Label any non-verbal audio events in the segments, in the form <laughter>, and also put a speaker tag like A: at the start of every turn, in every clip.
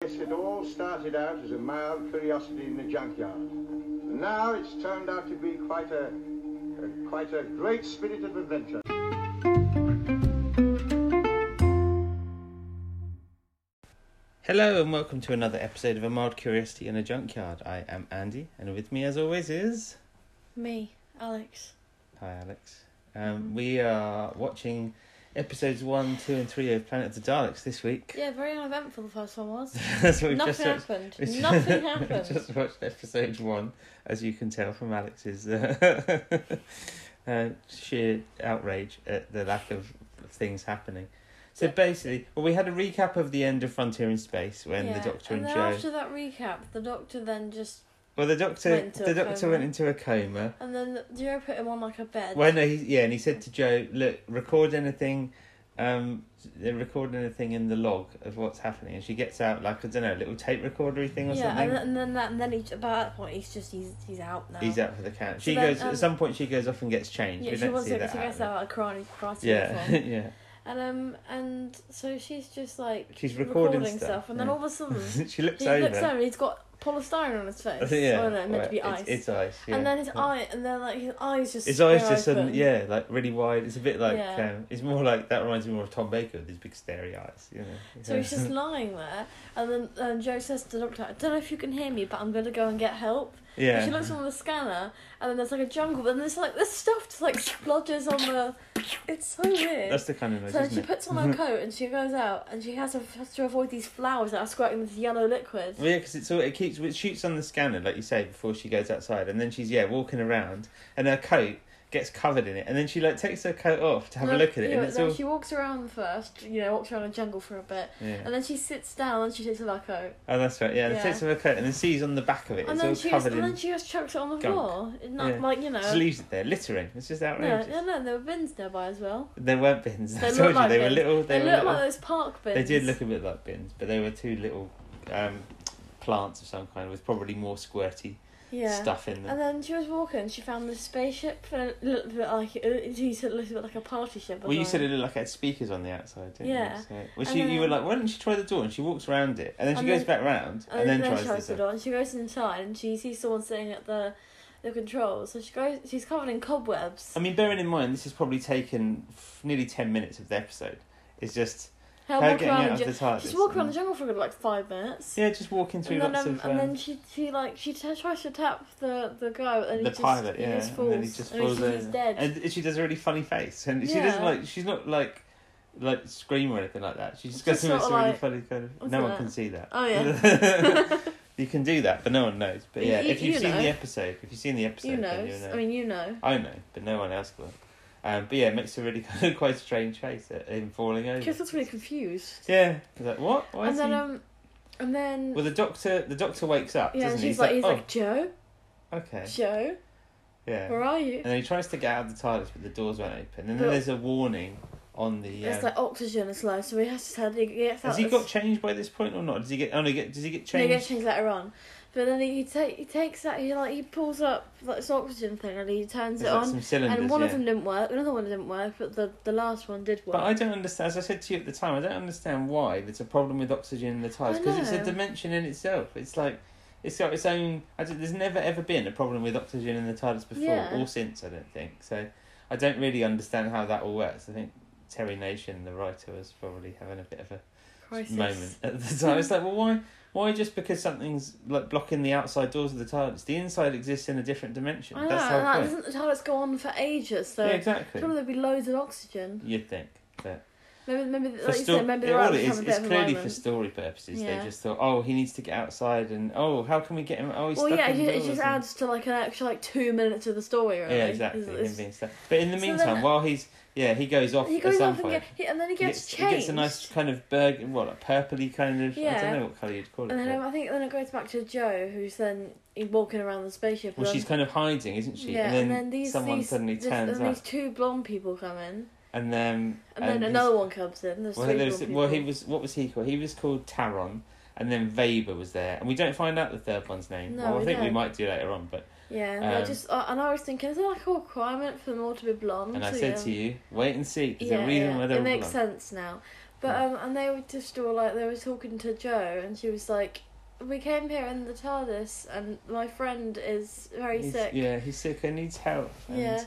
A: it all started out as a mild curiosity in the junkyard. And now it's turned out to be quite a, a quite a great spirit of adventure.
B: Hello and welcome to another episode of A Mild Curiosity in a Junkyard. I am Andy, and with me, as always, is
C: Me, Alex.
B: hi Alex.
C: Mm-hmm.
B: Um, we are watching episodes one, two, and three of Planet of the Daleks this week.
C: Yeah, very uneventful the first
B: <laughs>
C: one was.
B: That's what we've
C: Nothing
B: watched.
C: happened.
B: <laughs> we just-
C: Nothing
B: we
C: happened.
B: just watched episode one, as you can tell from Alex's uh, <laughs> uh, sheer outrage at the lack of things happening. So
C: Yeah.
B: basically, well, we had a recap of the end of Frontier in Space when
C: yeah.
B: the Doctor and,
C: and then
B: Joe.
C: after that recap, the Doctor then just
B: Well, the Doctor,
C: went into
B: the
C: a
B: Doctor
C: coma.
B: went into a coma.
C: and then Joe put him on like a bed.
B: Well, no, he, yeah, and he said to Joe, "Look, record anything, um, record anything in the log of what's happening." And she gets out like I don't know, a little tape recordery thing or
C: yeah,
B: something.
C: and, then- and then that, and then he, about that point he's just he's he's out now.
B: He's out for the count. She
C: So then,
B: goes
C: um,
B: at some point. She goes off and gets changed.
C: Yeah,
B: we
C: she
B: don't
C: was
B: see
C: she
B: that.
C: gets
B: happen.
C: out of karate karate
B: Yeah, <laughs>
C: uniform.
B: yeah.
C: and um and so she's just like
B: She's recording,
C: stuff, and then all of a
B: <laughs>
C: sudden
B: yeah. she looks
C: Mm. he
B: over.
C: looks over, he's got polystyrene on his face.
B: I think, <laughs> yeah,
C: oh no, meant to be
B: well,
C: ice.
B: It's, it's ice. Yeah.
C: and then his
B: Yeah.
C: eye, and then like his eyes just
B: His eyes
C: split
B: just sudden,
C: open.
B: yeah, like really wide. It's a bit like,
C: Yeah.
B: um, it's more like that reminds me more of Tom Baker with his big starey eyes, you know.
C: So he's just lying there, and then um, Joe says to the doctor, I don't know if you can hear me, but I'm gonna go and get help.
B: <laughs> yeah.
C: And she looks on the scanner, and then there's like a jungle, but then there's like this stuff just like splodges on the. It's so weird.
B: That's the kind of noise,
C: so
B: isn't
C: she
B: it?
C: puts on
B: <laughs>
C: her coat and she goes out, and she has to, has to avoid these flowers that are squirting this yellow liquid.
B: Well, Oh, yeah, because it's all it keeps it shoots on the scanner, like you say, before she goes outside, and then she's yeah walking around, and her coat gets covered in it, and then she like takes her coat off to have a
C: And
B: look at it,
C: yeah,
B: and it's
C: then
B: all
C: She walks around first, you know, walks around the jungle for a bit,
B: yeah.
C: and then she sits down and she takes off her coat,
B: Oh, that's right. Yeah, and
C: Yeah.
B: takes off her coat, and then sees on the back of it,
C: and
B: it's
C: then
B: all
C: she just,
B: covered
C: and
B: in,
C: then she uh, just chucks it on the
B: gunk.
C: floor, not
B: Yeah.
C: like you know.
B: just leaves it there, littering. It's just
C: no,
B: outrageous.
C: no, no, there were bins nearby as well.
B: There weren't bins.
C: They
B: I
C: look
B: told you
C: like
B: they were
C: bins.
B: little. They,
C: They,
B: were
C: look
B: little.
C: like those park bins.
B: they did look a bit like bins, but they were two little um, plants of some kind with probably more squirty
C: yeah.
B: stuff in them.
C: And then she was walking. She found this spaceship, and it looked a bit like it it said it looked a bit like a party ship. or
B: Well, you said
C: something.
B: it looked like it had speakers on the outside, didn't
C: Yeah.
B: you? So, well,
C: And
B: she, you were
C: then-
B: like, why didn't she try the door? And she walks around it, and then she
C: And
B: goes
C: then-
B: back round, and, then,
C: she
B: tries the door.
C: door. And she goes inside, and she sees someone sitting at the the controls. So she goes. She's covered in cobwebs.
B: I mean, bearing in mind, this has probably taken f- nearly 10 minutes of the episode. It's just
C: Her
B: her
C: walking
B: getting
C: around
B: out
C: the
B: of
C: ju-
B: the TARDIS.
C: She's walking around the
B: and-
C: jungle for a good, like five minutes.
B: Yeah, just walking through
C: And then,
B: lots
C: um,
B: of... Um,
C: and then she she like she t- tries to tap the the guy, and he
B: the
C: just,
B: pilot,
C: he
B: yeah,
C: just falls,
B: and then he just
C: and
B: falls
C: he's, he's
B: over.
C: dead.
B: and she does a really funny face, and she doesn't
C: Yeah.
B: like she's not like like scream or anything like that. She just
C: It's
B: goes
C: just
B: through this
C: sort of
B: really
C: like-
B: funny kind of.
C: what's
B: No one
C: that?
B: can see that. <laughs>
C: oh yeah, <laughs>
B: you can do that, but no one knows. But
C: You-
B: yeah,
C: you-
B: if you've
C: you
B: seen
C: know.
B: the episode, if you've seen the episode,
C: you
B: then
C: know.
B: you'll know.
C: I mean, you know.
B: I know, but no one else will. Um, but yeah, it makes a really <laughs> kind of quite strange face at him falling over.
C: Because that's really confused.
B: Yeah, he's like what? Why
C: and
B: is
C: then
B: he?
C: um, and then
B: Well, the doctor, the doctor wakes up,
C: yeah,
B: doesn't
C: and
B: he?
C: she's like, he's
B: oh,
C: like, Joe,
B: okay,
C: Joe,
B: yeah.
C: where are you?
B: And then he tries to get out of the TARDIS, but the doors won't open. And then
C: But-
B: there's a warning on the. Um,
C: It's like oxygen is low, so he has to he gets out.
B: has he
C: of-
B: got changed by this point or not? Does he get? Oh no, get, does he get
C: No,
B: changed?
C: he gets changed later on. But then he, he, ta- he takes that he like he pulls up like this oxygen thing and he turns
B: There's,
C: it
B: like,
C: on.
B: some cylinders.
C: And one of
B: yeah.
C: them didn't work, another one didn't work, but the the last one did work.
B: But I don't understand. As I said to you at the time, I don't understand why there's a problem with oxygen in the TARDIS
C: I
B: because it's a
C: know.
B: dimension in itself. It's like it's got its own. I don't- there's never ever been a problem with oxygen in the TARDIS before
C: Yeah.
B: or since. I don't think so. I don't really understand how that all works. I think Terry Nation, the writer, was probably having a bit of a
C: Crisis.
B: moment at
C: <laughs>
B: the time. It's like, well, why, why just because something's like blocking the outside doors of the TARDIS? The inside exists in a different dimension.
C: I know,
B: That's the
C: and
B: whole
C: that
B: point.
C: doesn't the toilets go on for ages, so
B: yeah, exactly.
C: probably there'd be loads of oxygen.
B: You'd think. But
C: Maybe maybe
B: for
C: like you
B: sto-
C: said, maybe
B: yeah,
C: they're
B: well,
C: out
B: it
C: to
B: is,
C: have a bit
B: it's
C: of a
B: clearly
C: moment.
B: for story purposes.
C: Yeah.
B: They just thought, oh, he needs to get outside, and oh, how can we get him? Oh, he's
C: Well,
B: stuck
C: yeah, it
B: in
C: just, it
B: doors
C: just
B: and-
C: adds to like an extra like two minutes of the story, really.
B: Yeah, exactly.
C: It's-
B: him
C: it's-
B: being stuck. But in the
C: So
B: meantime,
C: then-
B: while he's yeah, he goes off
C: he
B: at
C: goes
B: some
C: off and,
B: point.
C: get, he, and then he gets
B: he, gets,
C: changed.
B: he gets a nice kind of burger, what a purpley kind of. I
C: Yeah.
B: don't know what color you'd call it.
C: And then
B: but-
C: um, I think then it goes back to Joe, who's then he's walking around the spaceship.
B: Well,
C: and
B: she's kind of hiding, isn't she?
C: yeah,
B: and then,
C: these
B: someone
C: these,
B: suddenly
C: this-
B: turns
C: and
B: up,
C: these two blonde people come in,
B: and then
C: and, then
B: he's-
C: another one comes in. There's
B: Well,
C: three
B: there was-
C: blonde
B: well, he
C: people.
B: was. What was he called? He was called Taron, and then Weber was there, and we don't find out the third one's name.
C: No,
B: well, I
C: we
B: think we
C: don't.
B: might do later on, but
C: yeah, and I
B: um,
C: just uh, and I was thinking, is there like a requirement for them all to be blonde?
B: and I
C: So,
B: said
C: yeah.
B: to you, wait and see. There's
C: um, yeah,
B: a reason
C: yeah,
B: why
C: it
B: they're all
C: makes
B: blonde.
C: sense now. But um, and they were just all like they were talking to Joe, and she was like, "We came here in the TARDIS, and my friend is very
B: He's-
C: sick."
B: Yeah, he's sick and needs help. And
C: Yeah.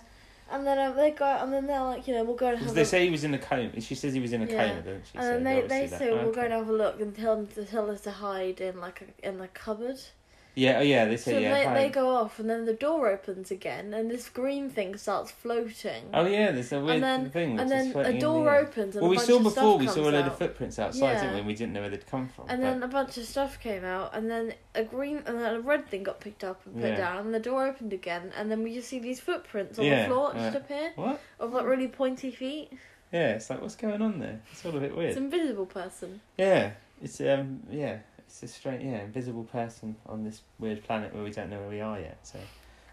C: And then um, they go out, and then they're like, you know, we'll go and
B: 'cause
C: have
B: they
C: a
B: say he was in a coma. She says he was in a
C: Yeah.
B: coma, don't she? So
C: And then they, they
B: obviously
C: say
B: that-
C: we'll go
B: okay.
C: and have a look and tell them to tell us to hide in like a, in the cupboard.
B: Yeah, oh yeah, they
C: So,
B: say yeah. hi.
C: they, they go off and then the door opens again and this green thing starts floating.
B: Oh yeah, there's a weird
C: then-
B: thing.
C: and
B: that's just
C: then
B: floating
C: a
B: in
C: door
B: the air.
C: opens and
B: Well,
C: a
B: we
C: bunch
B: saw
C: of
B: before.
C: stuff
B: We
C: comes
B: saw a load
C: out.
B: of footprints outside,
C: Yeah.
B: didn't we? And we didn't know where they'd come from.
C: And
B: but-
C: then a bunch of stuff came out, and then a green and then a red thing got picked up and put
B: Yeah.
C: down, and the door opened again, and then we just see these footprints on
B: Yeah,
C: the floor just
B: yeah.
C: appear
B: what?
C: of like really pointy feet.
B: Yeah, it's like what's going on there? It's all a bit weird.
C: It's an invisible person.
B: Yeah, it's um yeah, it's a strange yeah invisible person on this weird planet where we don't know where we are yet. So,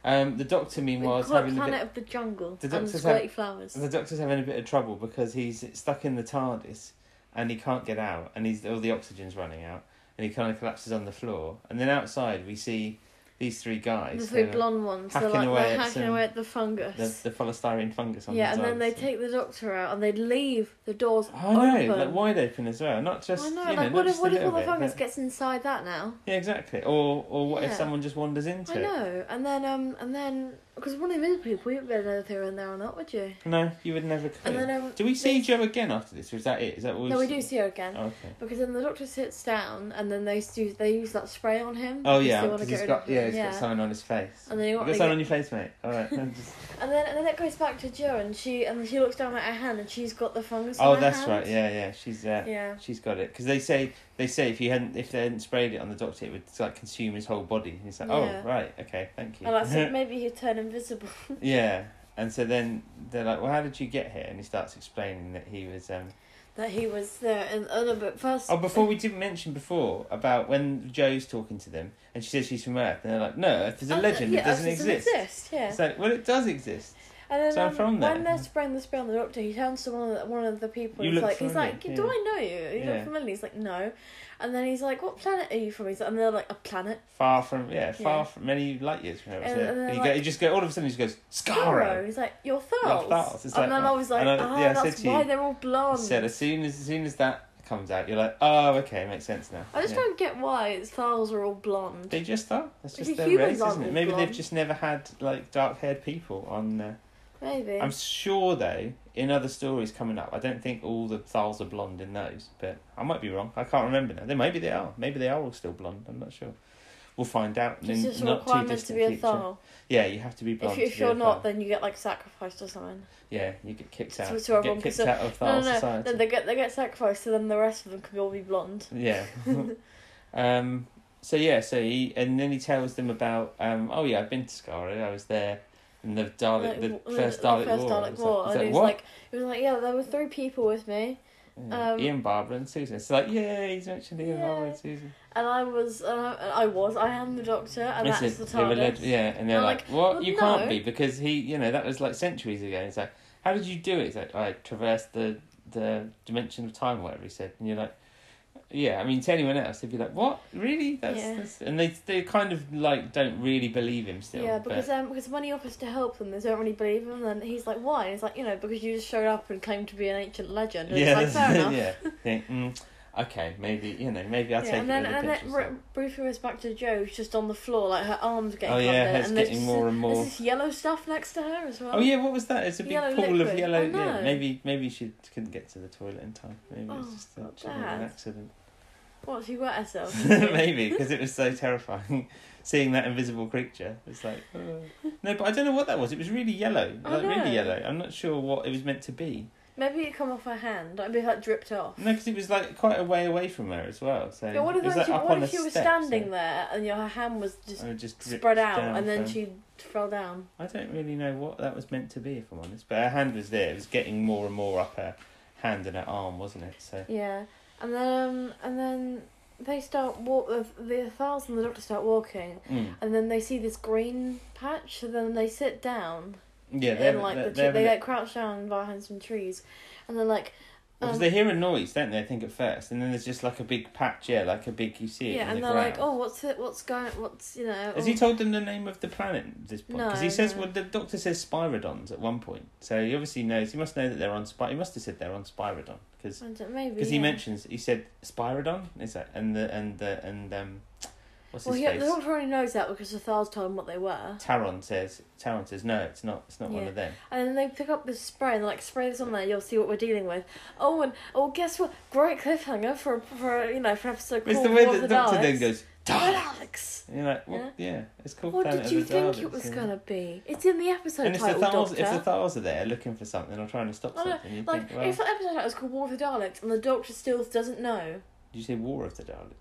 B: um, the doctor
C: We
B: meanwhile is
C: call it
B: having
C: Planet
B: a
C: of the Jungle
B: The
C: and
B: doctor's
C: squirty flowers.
B: bit. The doctor's having a bit of trouble because he's stuck in the TARDIS and he can't get out, and he's all the oxygen's running out, and he kind of collapses on the floor. And then outside we see these three
C: The
B: guys.
C: three
B: who are
C: blonde ones, they're
B: hacking
C: like
B: away
C: they're
B: at
C: hacking
B: some-
C: away at the fungus.
B: the, the polystyrene fungus on
C: yeah,
B: his
C: and then they
B: arms.
C: take the doctor out and they leave the doors
B: I know,
C: open.
B: like wide open as well, not just.
C: I know,
B: you know,
C: like
B: not
C: what if
B: just a
C: what if all
B: little
C: the
B: bit,
C: fungus
B: but-
C: gets inside that now?
B: Yeah, exactly. Or or what if
C: Yeah.
B: someone just wanders into
C: I know, and then um, and then because one of these people, you'd better know if they were in there or not, would you?
B: it? No, you would never.
C: And then um,
B: Do we see
C: they-
B: Joe again after this, or is that it? Is that all?
C: No, we do see her again.
B: Oh, okay.
C: Because then the doctor sits down, and then they use they use that spray on him.
B: Oh
C: because
B: yeah,
C: they wanna
B: because
C: get
B: he's
C: rid
B: got
C: of him,
B: yeah, he's got something on his face.
C: And then you
B: you
C: want
B: got
C: to
B: something
C: get-
B: on your face, mate. All right. I'm just-
C: And then and then it goes back to Joe, and she and she looks down at her hand, and she's got the fungus. on
B: oh,
C: her
B: that's
C: hand.
B: right. Yeah, yeah. She's uh,
C: Yeah.
B: she's got it because they say they say if you hadn't if they hadn't sprayed it on the doctor, it would like consume his whole body. And he's like,
C: Yeah. Oh,
B: oh right, okay, thank you.
C: And I said maybe he'd turn invisible.
B: <laughs>
C: <laughs>
B: yeah. And so then they're like, well, how did you get here? And he starts explaining that he was. Um...
C: that he was there, and a little bit first.
B: Oh, before we didn't mention before about when Joe's talking to them and she says she's from Earth, and they're like, no, Earth is a
C: And-
B: legend.
C: Oh, yeah,
B: it doesn't exist.
C: exist. Yeah.
B: It's like, well, it does exist.
C: And then
B: So I'm
C: um,
B: from
C: when
B: there.
C: they're spraying the spray on the doctor, he turns to one of the, one of the people.
B: You
C: he's
B: look
C: like, he's
B: familiar,
C: like,
B: yeah.
C: do I know you? You
B: Yeah.
C: look familiar. He's like, no. And then he's like, what planet are you from? He's like, and they're like, a planet.
B: Far from, yeah, far
C: Yeah.
B: from many light years from here.
C: And-
B: so-
C: and then,
B: and you,
C: like-
B: go, you just go, all of a sudden, he just goes,
C: Garo.
B: Scarrow!
C: He's like, you're
B: You're
C: Thals.
B: Thals. It's
C: and
B: like,
C: then I was like,
B: and I-
C: ah,
B: yeah, I said to
C: that's
B: you,
C: why they're all blonde.
B: Said as soon as, as soon as that comes out, you're like, oh, okay, makes sense now.
C: I just
B: Yeah.
C: don't get why it's Thals are all blonde.
B: They just are. That's
C: Because
B: just their
C: humans
B: race,
C: aren't
B: isn't it?
C: all
B: Maybe
C: blonde.
B: they've just never had like dark-haired people on. Uh,
C: Maybe.
B: I'm sure though, in other stories coming up, I don't think all the Thals are blonde in those, but I might be wrong. I can't remember now. They maybe they are. Maybe they are all still blonde. I'm not sure. We'll find out.
C: it's
B: in
C: just a
B: not too
C: requirement to
B: distant
C: be a
B: future.
C: Thal.
B: Yeah, you have to be blonde.
C: If, you,
B: to
C: if
B: be
C: you're
B: a
C: not,
B: Thal.
C: then you get like sacrificed or something.
B: yeah, you get kicked
C: To-
B: out.
C: to
B: you
C: everyone,
B: get kicked
C: because-
B: out of
C: <laughs> No,
B: Thal
C: no, no.
B: society.
C: Then they get they get sacrificed, so then the rest of them can all be blonde.
B: Yeah. <laughs> um. So yeah. So he and then he tells them about um. Oh yeah, I've been to Skara. I was there. in the Dalek,
C: Like,
B: the,
C: w-
B: first Dalek
C: first
B: War.
C: Dalek
B: It's
C: War.
B: like-
C: and he
B: it's like,
C: was like, he was like, yeah, there were three people with me,
B: what? Yeah.
C: um,
B: Mm. Ian, Barbara, and Susan. It's like, yeah, he's mentioned Ian,
C: Yeah.
B: Barbara, and Susan.
C: and I was, uh, I was, I am the Doctor, and
B: It's
C: that's
B: a-
C: Oh, the
B: they were led-
C: TARDIS.
B: yeah, and they're
C: I'm
B: like,
C: like,
B: what?
C: well,
B: you
C: no.
B: can't be because he, you know, that was like centuries ago. It's like, how did you do it? It's like, I traversed the the dimension of time, or whatever he said, and you're like. Yeah, I mean, to anyone else, they'd be like, "What? Really? That's,
C: Yeah.
B: that's... and they they kind of like don't really believe him still.
C: yeah,
B: but-
C: because um, because when he offers to help them, they don't really believe him, and he's like, why? And he's like, you know, because you just showed up and claimed to be an ancient legend. And it's like, fair
B: <laughs>
C: enough.
B: yeah. Think, mm, okay, maybe you know, maybe I'll
C: Yeah,
B: take
C: and
B: it.
C: then
B: with a
C: and
B: pinch
C: then
B: of
C: Ru-
B: salt.
C: Ruthie goes back to Joe, who's just on the floor, like her arms getting
B: Oh,
C: covered,
B: yeah, it's
C: and there's
B: getting
C: just
B: more
C: this-
B: and more.
C: There's this yellow stuff next to her as well.
B: Oh yeah, what was that? It's a big
C: Yellow
B: pool of
C: liquid.
B: yellow.
C: I
B: Yeah,
C: know.
B: maybe maybe she couldn't get to the toilet in time. Maybe it's
C: Oh,
B: just
C: not
B: a, an
C: bad.
B: accident.
C: What she wet herself?
B: <laughs> maybe because it was so terrifying <laughs> seeing that invisible creature. It's like oh.
C: <laughs>
B: no, but I don't know what that was. It was really yellow,
C: I
B: like
C: know.
B: really yellow. I'm not sure what it was meant to be.
C: <laughs> Maybe it come off her hand. Like maybe like dripped off.
B: No, because it was like quite a way away from her as well. So
C: Yeah, what
B: it
C: if,
B: was,
C: like,
B: like,
C: she,
B: up
C: what
B: on
C: if
B: a
C: she was
B: step, so
C: standing there and you know, her hand was just
B: I just dripped
C: spread out
B: down
C: and then
B: from-
C: she fell down?
B: I don't really know what that was meant to be, if I'm honest. But her hand was there. It was getting more and more up her hand and her arm, wasn't it? So
C: Yeah, and then um, and then they start walk. The, the Thals and the Doctor start walking,
B: mm.
C: and then they see this green patch. So then they sit down
B: yeah,
C: in
B: they're
C: like
B: they're,
C: the
B: they're,
C: tree. They like crouch down behind some trees, and they're like.
B: Because
C: Um,
B: they hear a noise, don't they? I think at first, and then there's just like a big patch, yeah, like a big you see it.
C: yeah,
B: in
C: and
B: the
C: they're like,
B: ground.
C: oh, what's it? What's going? What's you know?
B: Has he
C: oh,
B: told them the name of the planet at this point? Because he
C: No,
B: says,
C: no.
B: well, the doctor says Spyridons at one point, so he obviously knows. He must know that they're on Spy. He must have said they're on Spyridon because
C: I don't- maybe
B: because he
C: Oh, yeah.
B: mentions he said Spyridon. Is that and the and the and um, what's
C: Well,
B: his
C: yeah,
B: face?
C: the doctor already knows that because the Thals told him what they were,
B: Taron says Taron says no, it's not. It's not one
C: Yeah.
B: of them.
C: and then they pick up this spray and they're like spray this on there. You'll see what we're dealing with. Oh, and oh, guess what? Great cliffhanger for for you know for an episode.
B: It's
C: called
B: the way
C: War of
B: that the doctor
C: Daleks.
B: then goes.
C: Red
B: "Dalek!"
C: Alex.
B: And you're like, well, yeah. it's called
C: What
B: Planet
C: did
B: of
C: you
B: the
C: think it
B: Daleks,
C: was
B: yeah.
C: gonna be? It's in the episode
B: And if the
C: title,
B: Thals,
C: Doctor.
B: if the Thals are there looking for something or trying to stop
C: Oh, no,
B: something, you
C: like
B: think, well,
C: if the episode title is called War of the Daleks and the Doctor still doesn't know
B: Did you say War of the Daleks?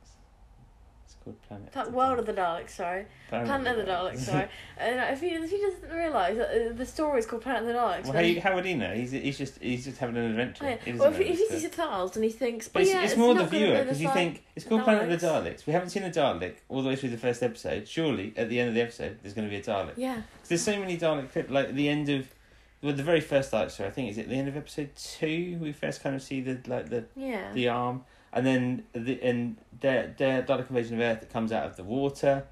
B: It's called Planet.
C: that World of the Daleks, sorry, Planet of the
B: <laughs>
C: Daleks, sorry, and if he if he doesn't realise that uh, the story is called Planet of the Daleks,
B: well, how,
C: then
B: you, how would he know? He's, he's just he's just having an adventure.
C: Oh, yeah.
B: He doesn't
C: Well, if,
B: know
C: if
B: this
C: he
B: stuff.
C: sees a Thals and he thinks,
B: But
C: but
B: it's,
C: yeah,
B: it's more the
C: not gonna
B: viewer
C: be
B: because you
C: like-
B: think it's called Planet of the
C: Daleks.
B: Daleks. We haven't seen a Dalek all the way through the first episode. Surely at the end of the episode, there's going to be a Dalek.
C: yeah,
B: 'Cause there's so many Dalek clips. Like at the end of well, the very first Dalek story, I think is at the end of episode two. We first kind of see the like the
C: yeah,
B: the arm, and then the and the the Dalek invasion of Earth that comes out of the water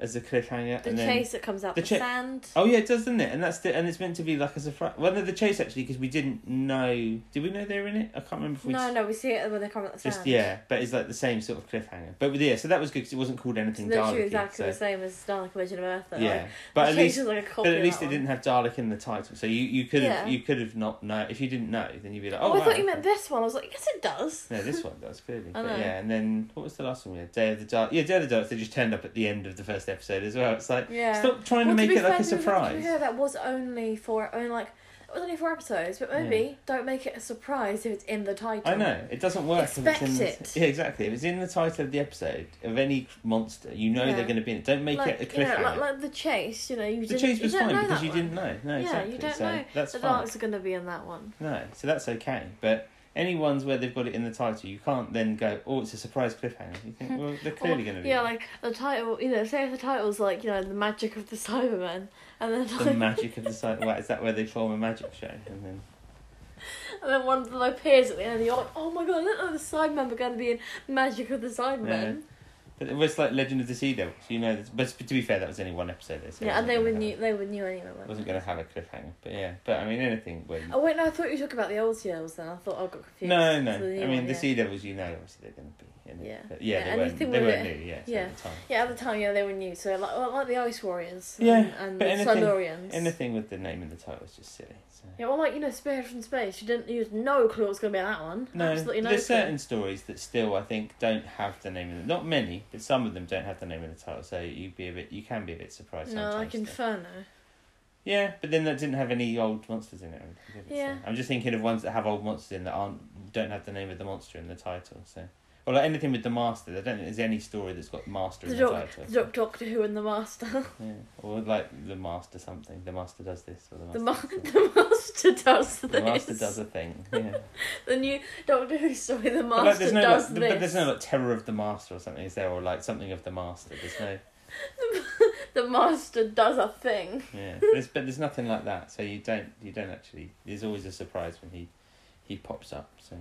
B: as a cliffhanger,
C: the
B: and then
C: chase that comes out
B: the
C: the,
B: cha-
C: sand.
B: oh yeah, it does, doesn't it? And that's the and it's meant to be like a surprise. Well, no, the chase actually because we didn't know. Did we know they were in it? I can't remember. if we
C: no,
B: just,
C: no, we see it when they come out the sand.
B: Just yeah, but it's like the same sort of cliffhanger. But yeah, so that was good because it wasn't called
C: it's
B: anything
C: literally
B: Dalek.
C: exactly the
B: so,
C: same as Dalek Vision of Earth. Though.
B: yeah,
C: like,
B: but
C: the
B: at
C: chase
B: least
C: is like a copy
B: but at
C: of
B: least
C: that
B: it
C: one.
B: didn't have Dalek in the title, so you you could have
C: Yeah.
B: you could have not know if you didn't know, then you'd be like, oh,
C: Oh, I
B: wow,
C: thought
B: okay.
C: you meant this one. I was like, yes, it does.
B: No, this one does clearly.
C: I
B: But
C: know.
B: yeah, and then what was the last one? Yeah, Day of the Dark. Yeah, Day of the Dark. They just turned up at the end of the first episode as well. It's like
C: Yeah.
B: stop trying to
C: Well,
B: make
C: be
B: it like a
C: fair, to be fair, to be
B: surprise.
C: fair, that was only for only like it was only four episodes, but maybe don't make it a surprise if it's in the title.
B: I know it doesn't work. if it's in
C: Expect
B: The, yeah, exactly. If it's in the title of the episode of any monster, you know
C: Yeah.
B: they're going to be in it. Don't make it
C: like,
B: a
C: you
B: cliffhanger.
C: know, like, like the chase. You know, you
B: the
C: didn't.
B: chase was
C: you don't
B: fine
C: know
B: because
C: that
B: you
C: one.
B: didn't know. No,
C: yeah,
B: exactly.
C: you don't
B: so
C: know
B: that's
C: the
B: fine.
C: darks are going to be in that one.
B: No, so that's okay. But any ones where they've got it in the title, you can't then go, "Oh, it's a surprise cliffhanger." You think, well, they're
C: Hmm. Or,
B: clearly going to be
C: yeah,
B: in it.
C: like the title. You know, say if the title's like you know the magic of the Cybermen, and then
B: the
C: like,
B: magic of the site. Well, is that where they form a magic show and then?
C: and then one of them appears at the end. and You're like, oh my god, I didn't know the Cybermen were going to be in Magic of the Cybermen.
B: But it was like Legend of the Sea Devils, you know. But to be fair, that was only one episode. They said,
C: Yeah, and they
B: It
C: were
B: wasn't gonna
C: new. They were new anyway.
B: have-
C: weren't
B: Wasn't
C: they?
B: going to have a cliffhanger, but yeah. But I mean, anything. Where you...
C: Oh wait, no, I thought you were talking about the old seals. Then I thought I got confused.
B: no, no.
C: So the new
B: I mean,
C: one,
B: the
C: yeah.
B: Sea Devils, you know, obviously they're going to be. In it.
C: Yeah.
B: But yeah,
C: Yeah,
B: they weren't. They
C: anything with
B: weren't
C: it-
B: new. Yeah. So
C: yeah.
B: At the time.
C: Yeah, at the time, yeah, they were new. So like, well, like the Ice Warriors.
B: Yeah,
C: and, and
B: but
C: the
B: anything-
C: Silurians.
B: Anything with the name in the title is just silly. So.
C: Yeah, well, like you know, Spear from Space. You didn't. You had no clue what was going to be on that one.
B: No,
C: absolutely no.
B: there's
C: clue.
B: certain stories that still I think don't have the name in the not many, but some of them don't have the name in the title, so you'd be a bit you can be a bit surprised.
C: No,
B: sometimes
C: like
B: though.
C: Inferno.
B: Yeah, but then that didn't have any old monsters in it. I don't think, did it?
C: Yeah.
B: So I'm just thinking of ones that have old monsters in that aren't don't have the name of the monster in the title. So, or like anything with the master. I don't think there's any story that's got master
C: The
B: in the
C: doc-
B: title.
C: the doc- Doctor Who and the Master.
B: Yeah. Or like the master something. The master does this or the master.
C: The, ma- <laughs>
B: does that.
C: the Master does this.
B: The master does a
C: <laughs>
B: thing. Yeah.
C: The new Doctor Who story. The
B: But
C: Master
B: like, there's no
C: does
B: like,
C: this.
B: but there's no like terror of the master or something, is there? Or like something of the master. There's no
C: The Master does a thing.
B: yeah. There's but there's nothing like that. So you don't you don't actually there's always a surprise when he he pops up. So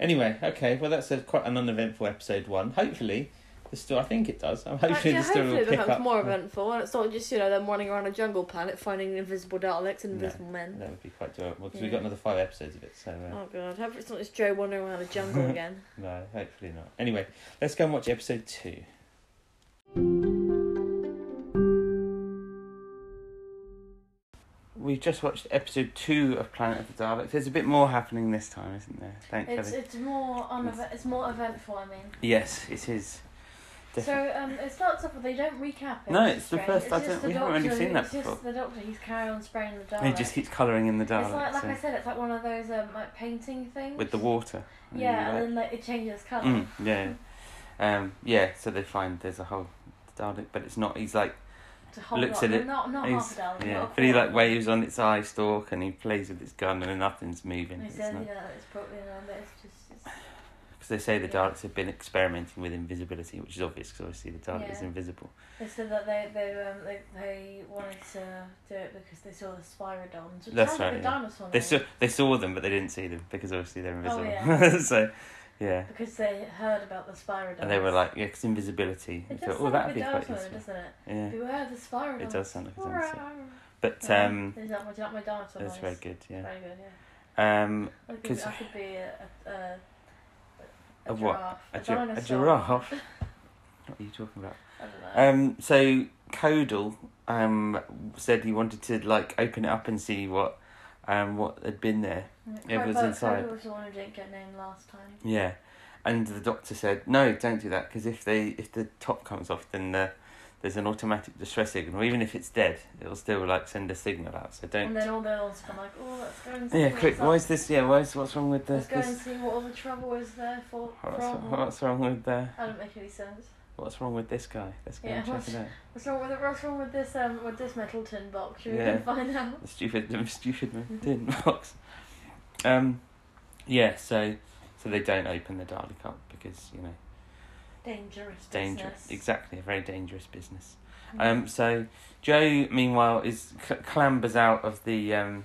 B: anyway, okay, well that's a quite an uneventful episode one. Hopefully the story I think it does. I'm
C: Like,
B: hopefully
C: yeah,
B: the story
C: hopefully
B: will
C: it
B: pick
C: becomes
B: up.
C: more eventful, and it's not just you know them running around a jungle planet finding invisible Daleks and
B: No.
C: invisible men.
B: That would be quite durable because
C: Yeah.
B: we've got another five episodes of it. So uh,
C: Oh god, hope it's not just Joe wandering around
B: <laughs>
C: a jungle again.
B: no, hopefully not. Anyway, let's go and watch episode two. We've just watched episode two of Planet of the Daleks. There's a bit more happening this time, isn't there? Thankfully.
C: It's it's more unev- it's more eventful. I mean.
B: Yes, it is. Definitely.
C: So um, it starts off with they don't recap it.
B: No,
C: which is
B: it's the
C: strange.
B: first- I
C: just
B: don't-
C: the
B: we haven't really
C: doctor
B: seen
C: who-
B: that
C: It's just the doctor. He's carrying on spraying the Dalek.
B: it just keeps colouring in the Daleks
C: It's like, like
B: so-
C: I said, it's like one of those um, like painting things.
B: with the water. And
C: Yeah,
B: you're
C: and then like it changes colour.
B: like, mm, yeah, yeah. Um, yeah. So they find there's a whole Dalek, but it's not. He's like,
C: To hold
B: Looks
C: up.
B: at it,
C: Not not half
B: he's,
C: a Dalek.
B: yeah.
C: not a
B: But he
C: quarter.
B: like waves on its eye stalk, and he plays with its gun, and nothing's moving.
C: And He
B: It's
C: says,
B: not-
C: yeah, it's probably you know, but it's just. It's,
B: because they say the
D: Yeah.
B: Daleks have been experimenting with invisibility, which is obvious because obviously the Dalek is
D: Yeah.
B: invisible.
D: They said that they they, um, they they wanted to do it because they saw the Spyrodons, which
B: That's
D: sounds like
B: right, yeah.
D: a dinosaur.
B: They
D: name,
B: saw they saw them, but they didn't see them because obviously they're invisible.
D: Oh,
B: <laughs>
D: yeah.
B: so, yeah,
D: because they heard about the Spyrodons.
B: and they were like, yeah, 'cause invisibility.
D: it
B: And
D: does
B: thought,
D: sound like a
B: quite
D: dinosaur,
B: useful."
D: doesn't it?
B: Yeah,
D: Beware the Spyrodons.
B: it does sound like a dinosaur.
D: Rawr.
B: But
D: Yeah.
B: um,
D: Is that my, is that my dinosaur
B: that's
D: voice?
B: very good. Yeah.
D: Very good, yeah.
B: Um,
D: I could,
B: 'Cause-
D: I could be a, a, a,
B: A what?
D: giraffe.
B: a, gi- a
D: dinosaur. <laughs>
B: giraffe. what are you talking about?
D: I don't know.
B: Um, so Codal um said he wanted to like open it up and see what um what had been there.
D: Mm,
B: it
D: what
B: was
D: about
B: inside.
D: Codal was the one who didn't get named last time.
B: Yeah, and the doctor said no, don't do that because if they if the top comes off, then the, there's an automatic distress signal. Even if it's dead, it'll still like send a signal out. So don't.
D: And then all the elves come like, oh, let's go and see.
B: yeah,
D: what's
B: click.
D: up.
B: Why is this? Yeah, why is what's wrong with this? Oh,
D: Let's go and
B: this
D: see what all the trouble is there for.
B: what's,
D: from.
B: what's wrong with the,
D: That doesn't make any sense.
B: What's wrong with this guy? Let's go
D: Um, Yeah,
B: and check
D: what's-
B: it out.
D: What's wrong with what's wrong with this um with this metal tin box? Should we
B: Yeah.
D: go find out?
B: The stupid, <laughs> the stupid tin box. Um, yeah. So, so they don't open the Dalek up because you know
D: Dangerous.
B: it's dangerous.
D: business.
B: Exactly, a very dangerous business.
D: Mm.
B: Um, so Joe, meanwhile, is c- clambers out of the um,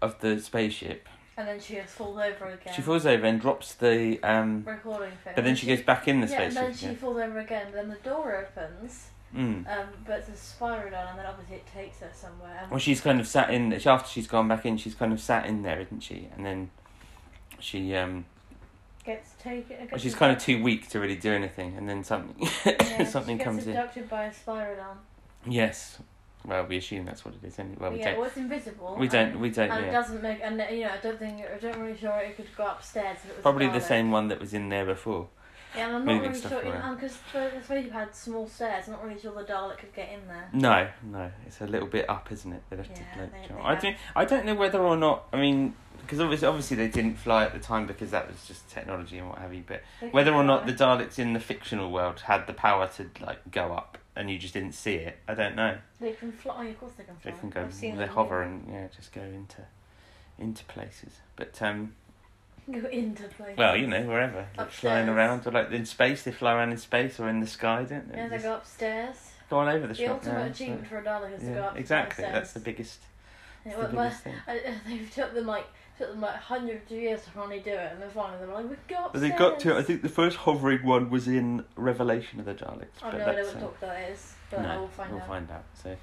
B: of the spaceship.
D: And then she just falls over again.
B: She falls over and drops the. Um,
D: Recording thing.
B: but then she goes back in the
D: Yeah, and then
B: spaceship.
D: she falls over again. Then the door opens,
B: yeah. Mm.
D: um, but there's a spiral down, and then obviously it takes her somewhere. And
B: Well, she's kind of sat in. she- After she's gone back in, she's kind of sat in there, isn't she? And then she. Um,
D: gets taken.
B: well,
D: gets
B: she's kind of
D: abducted-
B: too weak to really do anything, and then <laughs> something
D: yeah,
B: something
D: she gets
B: comes in.
D: abducted by a spiral down.
B: Yes. Well, we assume that's what it is. Anyway. Well, we
D: yeah,
B: don't.
D: well, it's invisible.
B: We
D: and-
B: don't. We don't.
D: And it
B: Yeah.
D: doesn't make, and uh, you know, I don't think, I don't really sure it could go upstairs. If it was
B: Probably the
D: Scarlet.
B: same one that was in there before.
D: Yeah, and I'm
B: moving
D: not really
B: stuff
D: sure,
B: around.
D: because the, the spaceship had small stairs. I'm not really sure the Dalek could get in there.
B: No, no, it's a little bit up, isn't it? They left
D: Yeah,
B: it like,
D: they-
B: jump.
D: they
B: I
D: have.
B: don't. I don't know whether or not. I mean, because obviously, obviously they didn't fly at the time because that was just technology and what have you. But
D: They could
B: whether or not the
D: fly.
B: Daleks in the fictional world had the power to like go up and you just didn't see it, I don't know.
D: they can fly. Of course, they can fly.
B: They can go.
D: I've seen
B: They
D: them
B: hover and yeah, just go into into places. But um,
D: <laughs> go into places.
B: well, you know, wherever like flying
D: Upstairs.
B: around or like in space, they fly around in space or in the sky, don't they?
D: Yeah, they
B: Just
D: go upstairs.
B: go all over the,
D: The
B: shop.
D: ultimate
B: yeah,
D: achievement
B: so-
D: for a Dalek is to go
B: yeah,
D: up
B: exactly.
D: upstairs.
B: That's the biggest.
D: Yeah,
B: It's
D: well,
B: the
D: well,
B: biggest thing.
D: I, I- they've took them like took them like hundreds of years to finally do it, and then finally they're like, we can go
B: But
D: upstairs.
B: they got to. I think the first hovering one was in Revelation of the Daleks.
D: I have
B: but
D: Oh, no idea
B: that's,
D: what
B: uh,
D: talk that is, but
B: no,
D: I will find
B: we'll
D: out.
B: find out. So,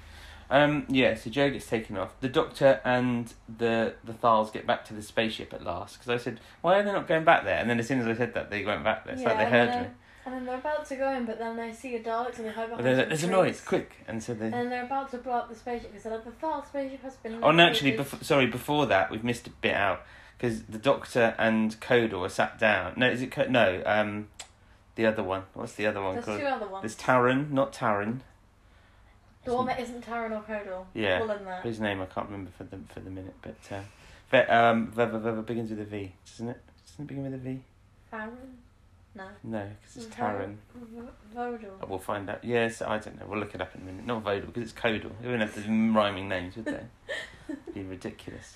B: um, yeah. So Joe gets taken off. The Doctor and the the Thals get back to the spaceship at last. Because I said, why are they not going back there? And then as soon as I said that, they went back there. It's like they
D: and
B: heard
D: then,
B: me.
D: And then they're about to go in, but then they see a Dalek, and they hide
B: But
D: behind.
B: they're
D: some
B: like, there's a
D: trees.
B: noise, quick! And so they.
D: And they're about to blow up the spaceship because they're like, the fast spaceship has been.
B: Oh, no, actually,
D: located."
B: bef- sorry. Before that, we've missed a bit out because the Doctor and Kodor are sat down. No, is it Co- no? Um, the other one. What's the other one
D: There's
B: called?
D: two other ones.
B: There's Taran, not Taran.
D: the one that isn't Taran or Kodal.
B: Yeah.
D: All in there.
B: His name I can't remember for the for the minute, but uh, Ve- um, Veva Veva begins with a V, doesn't it? Doesn't it begin with a V?
D: Taran? No.
B: No, because it's
D: Vo-
B: Taran.
D: V- Vodal.
B: Oh, we'll find out. Yes, I don't know. We'll look it up in a minute. Not Vodal, because it's Codal. They wouldn't have the rhyming names, would
D: <laughs>
B: they? Be ridiculous.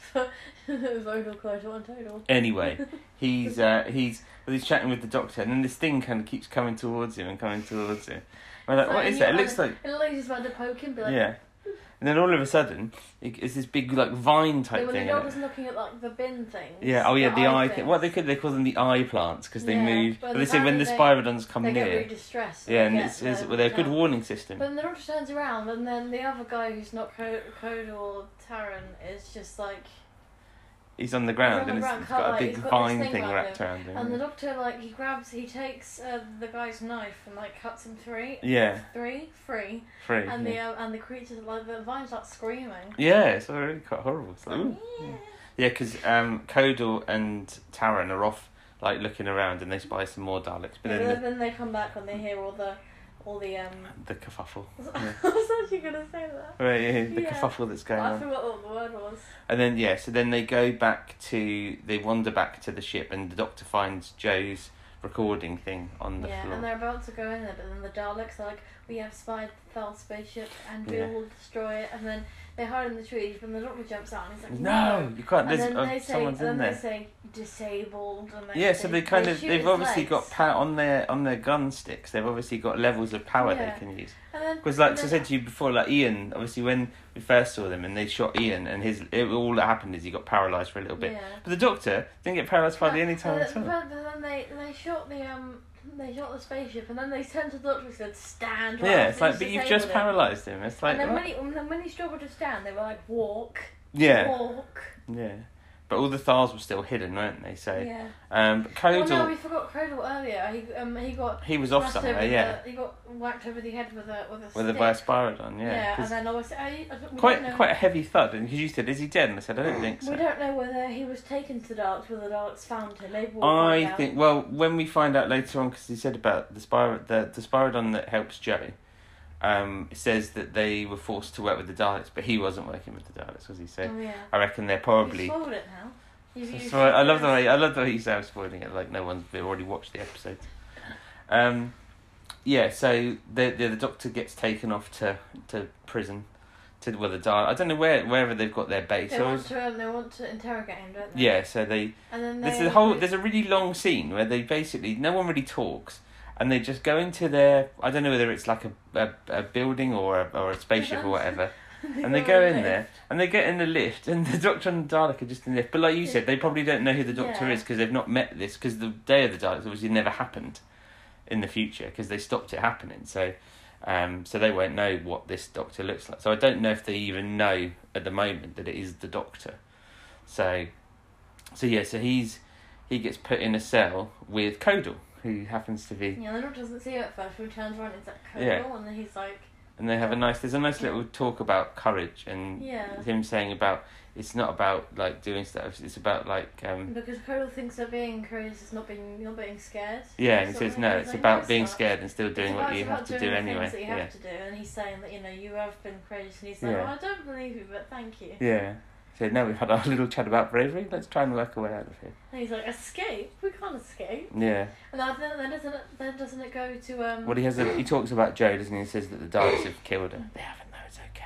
D: Vodal, Kodal, and Todal.
B: Anyway, he's uh, he's well, he's chatting with the doctor, and then this thing kind of keeps coming towards him and coming towards him. We're like,
D: So
B: what
D: he-
B: is that? It looks like
D: It looks like he's about to poke him, be like.
B: yeah. And then all of a sudden, it- it's this big like vine
D: Like,
B: type
D: when
B: thing.
D: the dog
B: and it-
D: was looking at like the bin things.
B: Yeah. Oh, yeah. The, eye.
D: things,
B: thing. What they could they call them the eye plants because they
D: Yeah,
B: move.
D: but
B: But they say when the
D: apparently
B: spirodons come
D: They get really
B: near.
D: distressed.
B: Yeah, and
D: they
B: it's,
D: get
B: it's
D: the-
B: well, they're a good
D: the-
B: warning system.
D: But then the doctor turns around, and then the other guy who's not Co- Code or Taran is just like.
B: He's on the ground
D: on
B: and
D: the
B: it's,
D: ground,
B: it's got a
D: can't, like,
B: big
D: he's got this
B: vine
D: thing
B: thing,
D: around
B: wrapped around him.
D: And the doctor, like, he grabs, he takes uh, the guy's knife and, like, cuts him three.
B: yeah,
D: Three? Free.
B: free.
D: And
B: yeah.
D: the uh, and the creatures, like, the vine starts screaming.
B: yeah, it's already quite horrible. It's like, ooh.
D: Yeah.
B: yeah, because um, Kodal and Taran are off like looking around and they spy some more Daleks, but
D: Yeah,
B: then
D: then they come back when they hear all the. All the, um. <laughs>
B: the, the kerfuffle. Yeah.
D: I was actually gonna say that.
B: Right, yeah, the
D: Yeah.
B: kerfuffle that's
D: But
B: going
D: I
B: on.
D: forgot what the word was.
B: And then yeah, so then they go back to they wander back to the ship, and the Doctor finds Joe's recording thing on the
D: Yeah,
B: floor.
D: and they're about to go in there, but then the Daleks are like, "We have spied the Thal spaceship, and we
B: Yeah.
D: will destroy it." And then they hide in the trees when the lottery jumps out, and he's like,
B: No, you can't.
D: And
B: There's,
D: then
B: oh,
D: they say,
B: someone's
D: then
B: in
D: they
B: there.
D: say disabled, and they
B: Yeah, so they kind of
D: shoot
B: they've
D: his
B: obviously
D: legs.
B: got power on their on their gun sticks. They've obviously got levels of power
D: Yeah.
B: they can use.
D: And then
B: Because like I
D: and then-
B: said to you before, like Ian, obviously when we first saw them and they shot Ian and his it, all that happened is he got paralysed for a little bit.
D: Yeah.
B: But the doctor didn't get paralysed hardly any time
D: and
B: at
D: then,
B: all.
D: but then they they shot the um they shot the spaceship, and then they turned to the doctor and said, "Stand." right
B: Yeah,
D: up,"
B: it's
D: and
B: like but
D: he's
B: you've
D: disabled
B: just
D: him.
B: paralysed him. It's like oh,
D: and then
B: what?
D: when, he, and then when he struggled to stand, they were like, "Walk,
B: yeah,
D: walk."
B: yeah. But all the Thals were still hidden, weren't they? So
D: Yeah.
B: um, but
D: Well,
B: Codal,
D: Oh, no, we forgot Cradle earlier. He um he got
B: he was off
D: thrust
B: somewhere,
D: over
B: yeah,
D: The, he got whacked over the head with a with a
B: with a
D: stick.
B: by a Spyrodon, yeah.
D: yeah,
B: 'Cause
D: and then obviously I, I don't, we
B: quite
D: don't know,
B: quite a heavy thud, and because you said, "Is he dead?" and I said, "I don't think so."
D: We don't know whether he was taken to the darts, whether the darts found him. Maybe we'll
B: I
D: find out.
B: think well when we find out later on because he said about the spyro the the spyrodon that helps Joe, um, says that they were forced to work with the Daleks, but he wasn't working with the Daleks, was he? So
D: Oh yeah.
B: I reckon they're
D: You
B: probably.
D: spoiled it now. You've
B: So, <laughs>
D: used
B: so I I love the
D: it.
B: way I love the way you say I'm spoiling it. Like no one's already watched the episode. Um, yeah. So the the, the doctor gets taken off to to prison, to well the Dalek. I don't know where wherever they've got their base.
D: They
B: I
D: want
B: was-
D: to um, they want to interrogate him, don't they?
B: yeah. So they
D: And then they
B: there's a whole.
D: <laughs>
B: There's a really long scene where they basically no one really talks, and they just go into their. I don't know whether it's like a a, a building or a, or a spaceship or whatever, and
D: <laughs> Oh,
B: they go in there and they get in the lift, and the Doctor and the Dalek are just in the lift. But like you said, they probably don't know who the Doctor
D: Yeah.
B: is is because they've not met this because the day of the Daleks obviously never happened in the future because they stopped it happening. So. Um, so they won't know what this doctor looks like. So I don't know if they even know at the moment that it is the doctor. So, so yeah, so he's he gets put in a cell with Codal, who happens to be,
D: Yeah, the doctor doesn't see it at first. When he turns around, it's like Codal,
B: Yeah.
D: and then he's like,
B: and they have a nice. There's a nice little talk about courage and
D: Yeah.
B: him saying about it's not about like doing stuff. It's about like um
D: because Codal thinks they're being courageous, it's not being not being scared.
B: yeah. And he
D: Sort
B: says
D: of,
B: no,
D: he's
B: it's
D: like,
B: about
D: it's
B: being
D: not.
B: scared and still doing
D: It's
B: what
D: about-
B: you
D: it's about
B: have to do
D: doing the things
B: anyway.
D: That you
B: Yeah.
D: have to do, and he's saying that you know you have been courageous, and he's like,
B: Yeah.
D: "Oh, I don't believe you, but thank you.
B: Yeah. So now we've had our little chat about bravery. Let's try and work our way out of here.
D: And he's like, escape? We can't escape.
B: Yeah.
D: And then, then doesn't it then doesn't it go to um?
B: Well, he has. A, he talks about Joe, doesn't he? He says that the Daleks have killed her. They haven't. though. It's okay.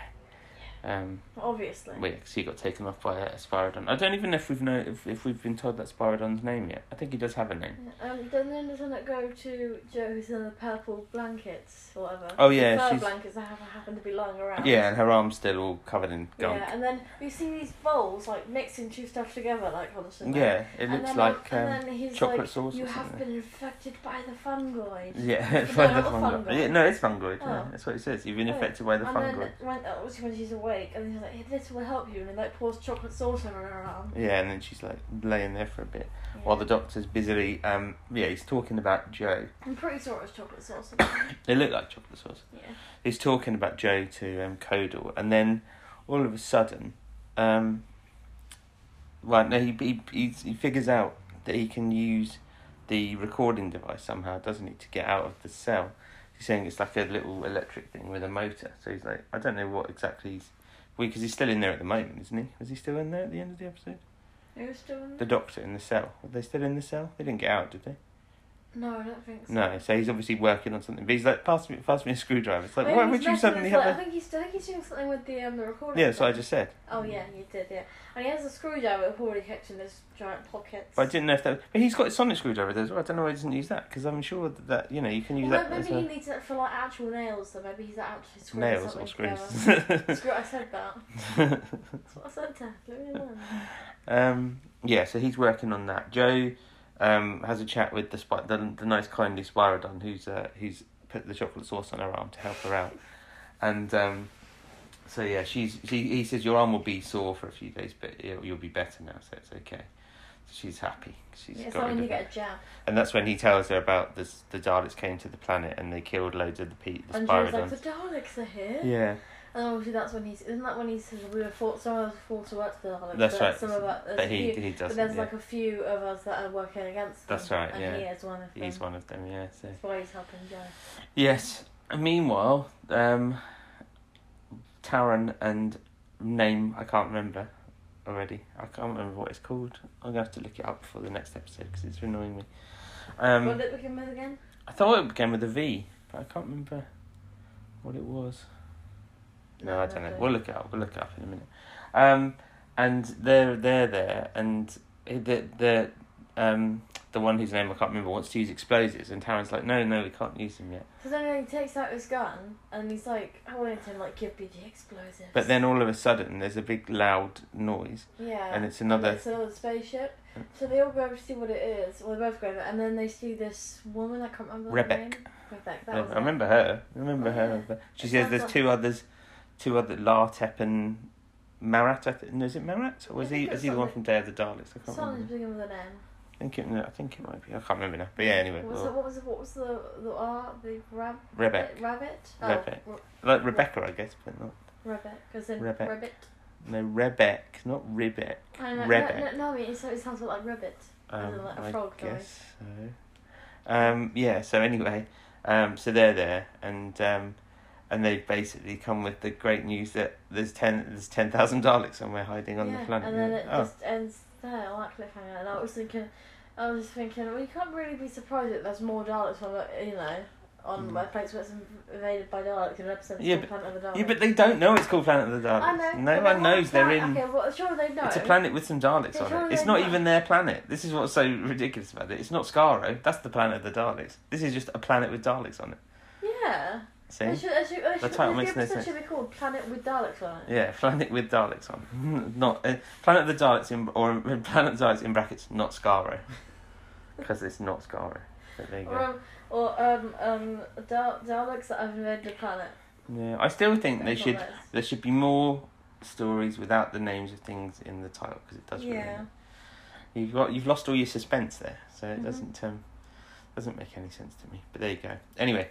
B: Um.
D: obviously.
B: Wait, she got taken off by a Spyrodon. I don't even know if we've know if, if we've been told that Spyrodon's name yet. I think he does have a name.
D: Um, then, then doesn't it go to Joe who's in the purple blankets or whatever?
B: Oh, yeah,
D: the fur
B: she's-
D: blankets that happen, happen to be lying around.
B: Yeah, and her arm's still all covered in gunk.
D: Yeah, and then you see these bowls like mixing two stuff together like
B: Yeah,
D: constantly.
B: it
D: and
B: looks
D: then,
B: like um,
D: and then he's
B: chocolate
D: like,
B: sauce.
D: You
B: or
D: have
B: something.
D: been infected by the fungoid.
B: Yeah, <laughs> it's
D: No,
B: by the
D: not
B: fungoid.
D: fungoid.
B: Yeah, no, it's fungoid. Yeah,
D: Oh.
B: that's what it says. You've been
D: Oh.
B: affected by the
D: and
B: fungoid.
D: then when, obviously when she's awake, and he's like, "Hey, "This will help you," and he like pours chocolate sauce over her arm.
B: Yeah, and then she's like laying there for a bit
D: Yeah.
B: while the doctor's busily. Um, yeah, he's talking about Joe.
D: I'm pretty sure it was chocolate sauce. <coughs>
B: They look like chocolate sauce.
D: yeah.
B: he's talking about Joe to um, Codal, and then all of a sudden, um, right now he he he's, he figures out that he can use the recording device somehow, doesn't he, to get out of the cell? He's saying it's like a little electric thing with a motor. So he's like, I don't know what exactly he's. Because he's still in there at the moment, isn't he? Was he still in there at the end of the episode?
D: It was still in
B: The doctor in the cell. Were they still in the cell? They didn't get out, did they?
D: No, I don't think so.
B: No. So he's obviously working on something. But he's like, pass me, pass me a screwdriver. It's like,
D: Maybe
B: why
D: he's
B: would you
D: messing
B: suddenly
D: with,
B: have
D: like, I
B: a?
D: think he's I think he's doing something with the um the recording.
B: Yeah, that's what I
D: thing.
B: just said.
D: Oh yeah, you did. Yeah, and he has a screwdriver that already kept in his giant pockets.
B: But I didn't know if that. But he's got his sonic screwdriver there as well. I don't know why he doesn't use that because I'm sure that, that you know you can use
D: well,
B: that
D: maybe
B: as
D: he
B: well.
D: needs it for like actual nails. So maybe he's actually screwing
B: nails
D: something
B: or screws. <laughs>
D: together. Screw- I said that. That's what I said. Dad. Let me alone.
B: um, yeah, so he's working on that. Joe um, has a chat with the spy, the, the nice kindly Spyrodon who's uh, who's put the chocolate sauce on her arm to help her out, and um, so yeah, she's she he says your arm will be sore for a few days, but you'll, you'll be better now, so it's okay. So she's happy. <laughs> She's
D: Yeah, it's
B: got
D: not
B: rid
D: when you
B: of that.
D: get a jab.
B: And that's when he tells her about this, the Daleks came to the planet and they killed loads of the, pe- the
D: And Joe's like,
B: Spyrodons.
D: the Daleks are here.
B: yeah,
D: And obviously that's when he's isn't that when he says we were fought some of us fought to work for the Daleks.
B: That's
D: but
B: right.
D: Some of us, there's
B: but
D: a few,
B: he, he
D: but
B: doesn't.
D: there's
B: yeah.
D: like a few of us that are working against.
B: That's
D: them,
B: right,
D: And
B: yeah.
D: he is one of them.
B: He's one of them, yeah. So.
D: That's why he's helping Joe.
B: Yes. And meanwhile, um, Taran and name, I can't remember already. I can't remember what it's called. I'm going to have to look it up for the next episode because it's annoying me.
D: what
B: Um,
D: did it begin with again?
B: I thought it began with a V, but I can't remember what it was. No, I don't know.
D: nothing.
B: We'll look it up. We'll look it up in a minute. Um, and they're they're there, and the the um the one whose name I can't remember wants to use explosives, and Taryn's like, no, no, we can't use them yet.
D: Because then he takes out his gun and he's like, I wanted to like give me the explosives.
B: But then all of a sudden, there's a big loud noise,
D: yeah,
B: and it's another. Mm.
D: it's another spaceship. So they all go over to see what it is. Well, they're both going, and then they see this woman. I can't remember. her
B: Rebecca.
D: name. Rebecca. That
B: I
D: was it.
B: remember her. I remember her. She
D: It
B: says
D: sounds
B: there's
D: like-
B: two others, two other Lartep and Marat. I th- is it Marat or
D: I
B: is
D: think
B: he
D: it was
B: is he the one
D: something-
B: from Day of the Daleks? I can't
D: Something's
B: remember.
D: beginning with an M.
B: I think it. I think it might be. I can't remember now. But yeah, anyway.
D: What was,
B: well,
D: the, what was the what was the the R the rab
B: Rebecca.
D: rabbit
B: Rebecca.
D: Oh,
B: Like Rebecca, I guess, but not
D: re- rabbit because then
B: Rebecca.
D: rabbit.
B: no Rebecca, not Rebecca.
D: I know,
B: Rebecca.
D: No, no, no, it, it sounds like rabbit. as in
B: Um,
D: like a
B: I
D: frog guy.
B: guess so. Um, yeah. So anyway, um, so they're there, and um, and they basically come with the great news that there's ten there's ten thousand Daleks somewhere hiding on
D: yeah,
B: the planet.
D: and then it
B: oh,
D: just ends there like cliffhanger. And I was thinking, I was thinking, well, you can't really be surprised that there's more Daleks on, like, you know, on
B: Mm.
D: like places where it's invaded by Daleks and episodes
B: Yeah,
D: yeah, planet of the Daleks.
B: yeah, but they don't know it's called Planet of the Daleks.
D: I know. but
B: No
D: they
B: one
D: want a
B: knows they're
D: planet.
B: in.
D: Okay, well, sure they know.
B: It's a planet with some Daleks
D: They
B: on
D: surely
B: it. It's
D: they
B: not
D: know.
B: even their planet. This is what's so ridiculous about it. It's not Skaro. That's the planet of the Daleks. This is just a planet with Daleks on it.
D: Yeah.
B: See?
D: They should, they should, they should,
B: title
D: the
B: makes no
D: episode
B: sense.
D: should be called Planet with Daleks on it.
B: Yeah, <laughs> Planet with Daleks on. <laughs> not uh, Planet of the Daleks in or <laughs> uh, Planet of the Daleks in brackets, not
D: <laughs>
B: Scarro, because it's not Scarro. But there you go.
D: Or, um, or um, um, Dal- Daleks that have invaded the planet.
B: yeah, I still think they
D: That's
B: should.
D: what that is.
B: There should be more stories without the names of things in the title because it does.
D: Yeah.
B: Really, you've got you've lost all your suspense there, so it
D: Mhm.
B: doesn't um doesn't make any sense to me. But there you go. Anyway,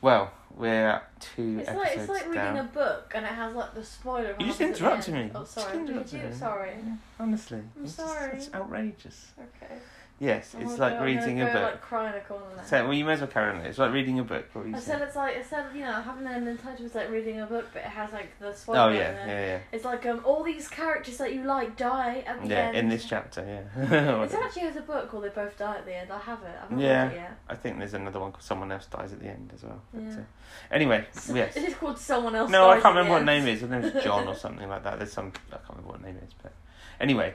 B: well we're two
D: It's like
B: episodes
D: it's like reading
B: down.
D: a book and it has like the spoiler.
B: You just
D: half at the
B: interrupted
D: end.
B: me.
D: Oh,
B: Just
D: sorry. Did
B: interrupted
D: you?
B: me.
D: Sorry.
B: Honestly,
D: I'm
B: it's,
D: sorry.
B: it's outrageous.
D: Okay.
B: Yes,
D: I'm
B: it's
D: gonna
B: like
D: go- I'm gonna
B: reading a
D: go,
B: book.
D: Like cry in a corner. now.
B: So, well, you may as well carry on. It's like reading a book. What were you
D: I
B: saying?
D: said it's like I said you know having an entitlement is like reading a book, but it has like the spoiler.
B: Oh
D: in
B: yeah,
D: there.
B: yeah, yeah,
D: It's like um all these characters that you like die at the
B: yeah.
D: end.
B: In this chapter, yeah. <laughs>
D: It's actually as a book where they both die at the end. I have it. I've not
B: Yeah.
D: read it yet.
B: I think there's another one called Someone Else Dies at the End as well. But,
D: Yeah.
B: uh,
D: <laughs>
B: anyway, <laughs> yes.
D: It is called someone else.
B: No, I
D: Dies
B: can't
D: at the
B: remember what
D: End.
B: name is. I think it's
D: <laughs>
B: John or something like that. There's some. I can't remember what name it is, but anyway,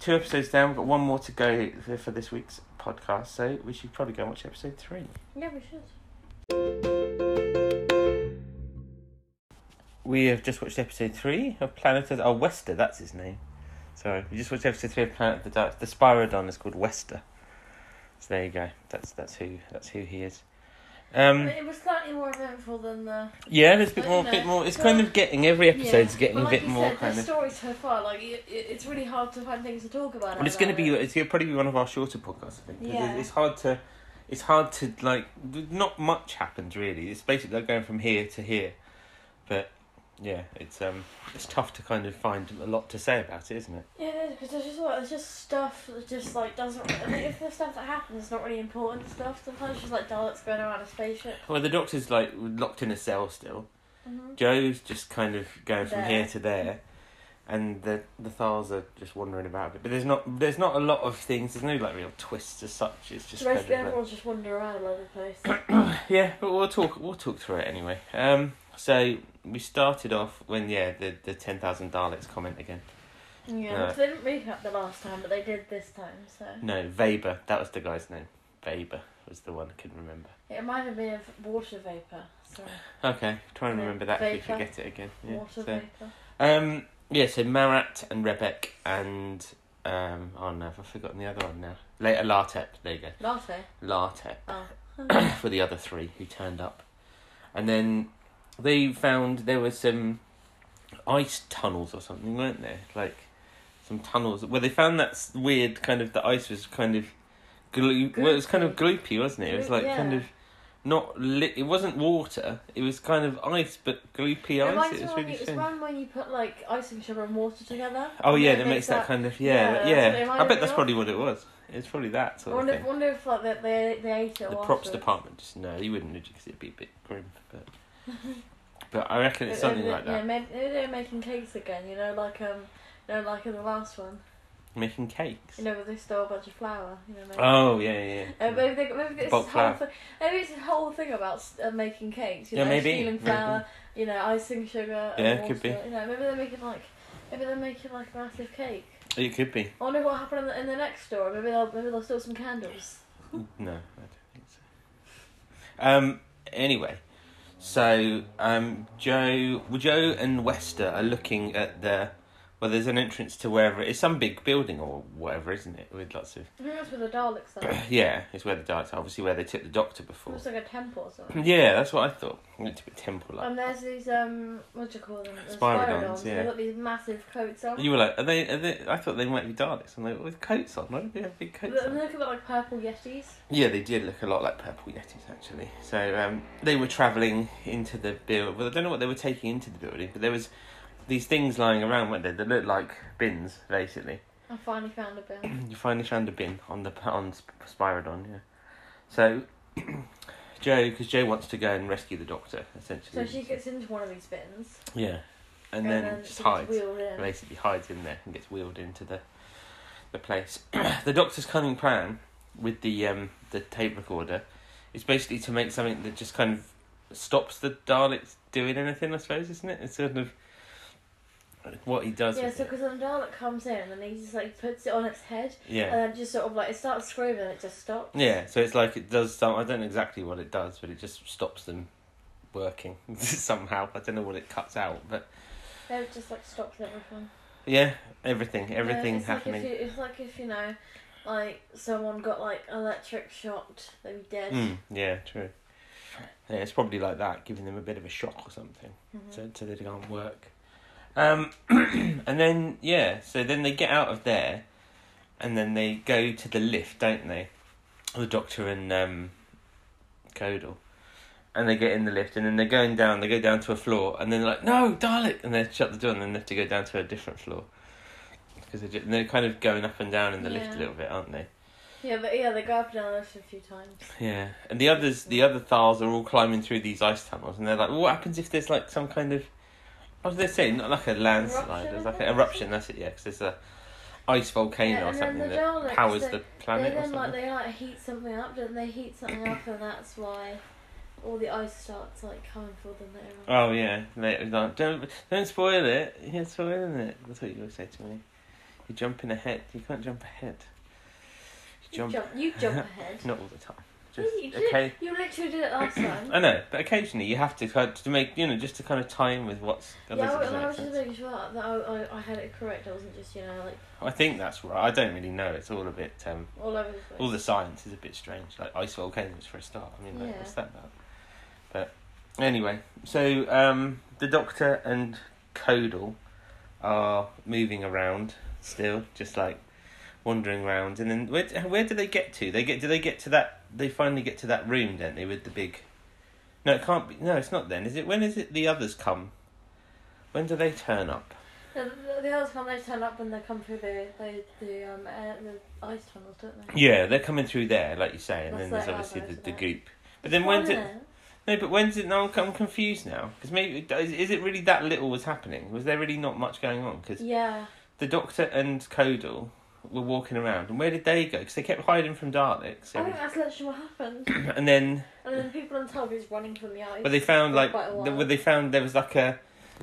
B: two episodes down. We've got one more to go for, for this week's podcast, so we should probably go and watch episode three.
D: Yeah, we should.
B: We have just watched episode three of Planet of the, oh Wester, that's his name. Sorry, we just watched episode three of Planet of the Dark. The Spyrodon is called Wester. So there you go. That's that's who that's who he is. Um,
D: It was slightly more eventful than the.
B: yeah, there's a bit
D: But,
B: more,
D: you know,
B: bit more. It's
D: so-
B: kind of getting every episode's
D: Yeah.
B: getting
D: Well,
B: a
D: like
B: bit
D: you
B: more
D: said,
B: kind
D: the
B: of.
D: stories so far, like it, it, it's really hard to find things to talk about.
B: But it's going to
D: about
B: be
D: it.
B: it's gonna probably be one of our shorter podcasts. I think. 'cause
D: Yeah.
B: It's, it's hard to, it's hard to like. Not much happens really. It's basically like going from here to here, but yeah, it's um, it's tough to kind of find a lot to say about it, isn't it?
D: Yeah, it is because there's just like, there's just stuff that just like doesn't. I mean, if the stuff that happens is not really important stuff, sometimes it's just like Daleks going around a spaceship.
B: Well, the doctor's like locked in a cell still.
D: Mm-hmm.
B: Joe's just kind of going from
D: There.
B: here to there, and the the Thals are just wandering about a bit. But there's not there's not a lot of things. There's no like real twists as such. It's just
D: So
B: kind of
D: basically,
B: like-
D: everyone's just wandering around all over the
B: <coughs>
D: place.
B: yeah. But we'll talk we'll talk through it anyway. Um, so we started off when yeah the the ten thousand Daleks comment again.
D: yeah,
B: Yeah.
D: they didn't recap the last time, but they did this time. So
B: No, Weber. That was the guy's name. Weber was the one I couldn't remember.
D: it reminded me of water vapor. So
B: Okay, try and
D: Yeah,
B: remember that if you
D: Weber.
B: forget it again. Yeah,
D: water
B: so-
D: vapor.
B: Um, yeah, so Marat and Rebek and um, oh no, I've forgotten the other one now. Later, Lartep. There you go,
D: Latte.
B: Lartep
D: Oh.
B: <coughs> for the other three who turned up, and then they found there were some ice tunnels or something, weren't there? Like some tunnels where they found that s- weird kind of the ice was kind of glue. Well, it was kind of gloopy, wasn't it? It was
D: Glue-
B: like kind
D: yeah.
B: of. Not li- it wasn't water. It was kind of ice, but gloopy
D: It
B: ice.
D: reminds
B: It
D: me
B: was
D: when
B: really
D: you, it's
B: strange.
D: around when you put like icing sugar and water together.
B: Oh
D: And
B: yeah,
D: then
B: that
D: it
B: makes that kind of yeah,
D: yeah, that's
B: yeah. I
D: what it
B: bet
D: reminded
B: that's
D: me
B: probably what it was. It's probably that
D: I
B: sort of
D: wonder,
B: thing.
D: wonder if like they they, they ate
B: The
D: it. or
B: props
D: afterwards.
B: department just no, you wouldn't because it'd be a bit grim,
D: <laughs>
B: but but I reckon it's something
D: They're-
B: like
D: they're-
B: that.
D: Yeah, maybe they're making cakes again. You know, like um, you know, like in the last one.
B: making cakes.
D: You know, where they stole a bunch of flour. You know, maybe.
B: Oh yeah, yeah.
D: Uh, maybe, they, maybe it's
B: Bulk
D: this
B: flour.
D: whole thing, maybe it's this whole thing about s- uh, making cakes. You
B: Yeah,
D: know,
B: maybe,
D: stealing
B: maybe.
D: flour. You know, icing sugar. and
B: Yeah, it could
D: water,
B: be.
D: You know, maybe they're making like, maybe they're making like a massive cake.
B: yeah. It Oh, could be.
D: I wonder what happened in the, in the next store. Maybe they'll maybe they'll steal some candles.
B: No, I don't think so. Um. Anyway, so um, Joe, well, Joe and Wester are looking at the. Well, there's an entrance to wherever it's some big building or whatever, isn't it? With lots of
D: I think that's where the Daleks
B: <coughs>
D: are. it
B: <clears throat> yeah, it's where the darts are. Obviously, where they took the doctor before.
D: looks like a temple or something.
B: Yeah, that's what I thought. It looked a bit temple like.
D: And there's these um, what do you call them? The
B: Spyrodons, yeah.
D: They've got these massive coats on.
B: You were like, are they, are they? I thought they might be Daleks, and they with coats on. Why did they have big
D: They
B: coats
D: they
B: on?
D: look a bit like purple yetis.
B: Yeah, they did look a lot like purple yetis actually. So um, they were travelling into the build. Well, I don't know what they were taking into the building, but there was these things lying around, weren't there? That looked like bins, basically. <clears throat>
D: I finally found a bill.
B: You finally found a bin on the on Sp- Spyridon, yeah. So <clears throat> Joe, because Joe wants to go and rescue the Doctor,
D: So
B: essentially.
D: she gets into one of these bins.
B: yeah, and, then, just
D: she gets
B: hides.
D: wheeled in.
B: basically hides in there and gets wheeled into the the place. <clears throat> the doctor's cunning plan with the um the tape recorder is basically to make something that just kind of stops the Daleks doing anything, I suppose, isn't it? It's sort of what he does.
D: Yeah,
B: with
D: so
B: it.
D: because the Dalek comes in and he just like puts it on its head and
B: yeah.
D: then just sort of like it starts screaming and it just stops.
B: yeah, so it's like it does some. I don't know exactly what it does, but it just stops them working <laughs> somehow. I don't know what it cuts out, but
D: And it just like stops everything.
B: yeah, everything, everything
D: Yeah, it's
B: happening.
D: Like if you, it's like if you know, like someone got like electric shocked, they'd be dead.
B: Mm, yeah, true. Yeah, it's probably like that, giving them a bit of a shock or something,
D: Mhm.
B: so, so they can't work. Um, <clears throat> and then yeah, so then they get out of there, and then they go to the lift, don't they? The Doctor and um, Codal, and they get in the lift, and then they're going down. They go down to a floor, and then they're like, "No, Dalek!" and they shut the door, and then they have to go down to a different floor because they're, just, they're kind of going up and down in the lift a
D: Yeah.
B: little bit, aren't they?
D: Yeah, but yeah, they go up and down the lift a few times.
B: Yeah, and the others, the other Thals are all climbing through these ice tunnels, and they're like, "What happens if there's like some kind of, what did they say? Not like a landslide,
D: Eruption,
B: there's
D: I
B: like an
D: think, or
B: eruption. That's it, yeah, because there's a ice volcano
D: Yeah,
B: or
D: and then
B: something
D: the
B: that
D: Daleks,
B: powers
D: they-
B: the
D: They
B: planet or
D: then like
B: something.
D: they like heat something up, don't they? Heat something up, and that's why all the ice starts like coming for them later on.
B: Oh yeah, they, they're like, don't don't spoil it. You're spoiling it. That's what you always say to me. You're jumping ahead. You can't jump ahead. You
D: you
B: jump,
D: jump, you
B: <laughs>
D: jump ahead.
B: not all the time.
D: Yeah,
B: Just
D: you, did,
B: okay.
D: you literally did it last
B: <coughs>
D: time.
B: I know, but occasionally you have to kind of- to make you know just to kind of tie in with what's.
D: yeah,
B: otherwise it doesn't
D: I, I
B: make
D: was just
B: sense.
D: making sure that I, I, I had it correct. I wasn't just you know like
B: I think that's right. I don't really know. It's all a bit. Um,
D: all over the place.
B: all the science is a bit strange. Like ice volcanoes for a start. I mean, like,
D: Yeah.
B: what's that about? But anyway, so um, the Doctor and Codal are moving around still, just like wandering around. And then where where do they get to? They get do they get to that? They finally get to that room, don't they? With the big. No, it can't be. No, it's not. Then is it? When is it? The others come. When do they turn up?
D: the, the, the others come, they turn up when they come through the the, the um air, the ice tunnels, don't they?
B: Yeah, they're coming through there, like you say, and then
D: That's
B: there's
D: like
B: obviously the,
D: eyebrows,
B: the
D: isn't
B: goop. But then when's it?
D: Fun,
B: No, but when's it? No, I'm, I'm confused now because maybe is, is it really that little was happening? Was there really not much going on?
D: isn't
B: Because
D: it? Yeah.
B: the Doctor and Codal were walking around, and where did they go? Because they kept hiding from Daleks,
D: I
B: every-
D: think Oh, that's literally what happened.
B: <clears throat> and then
D: And then people on top is running from the ice.
B: but they found
D: for
B: like
D: quite a
B: the,
D: while.
B: well, they found there was like a,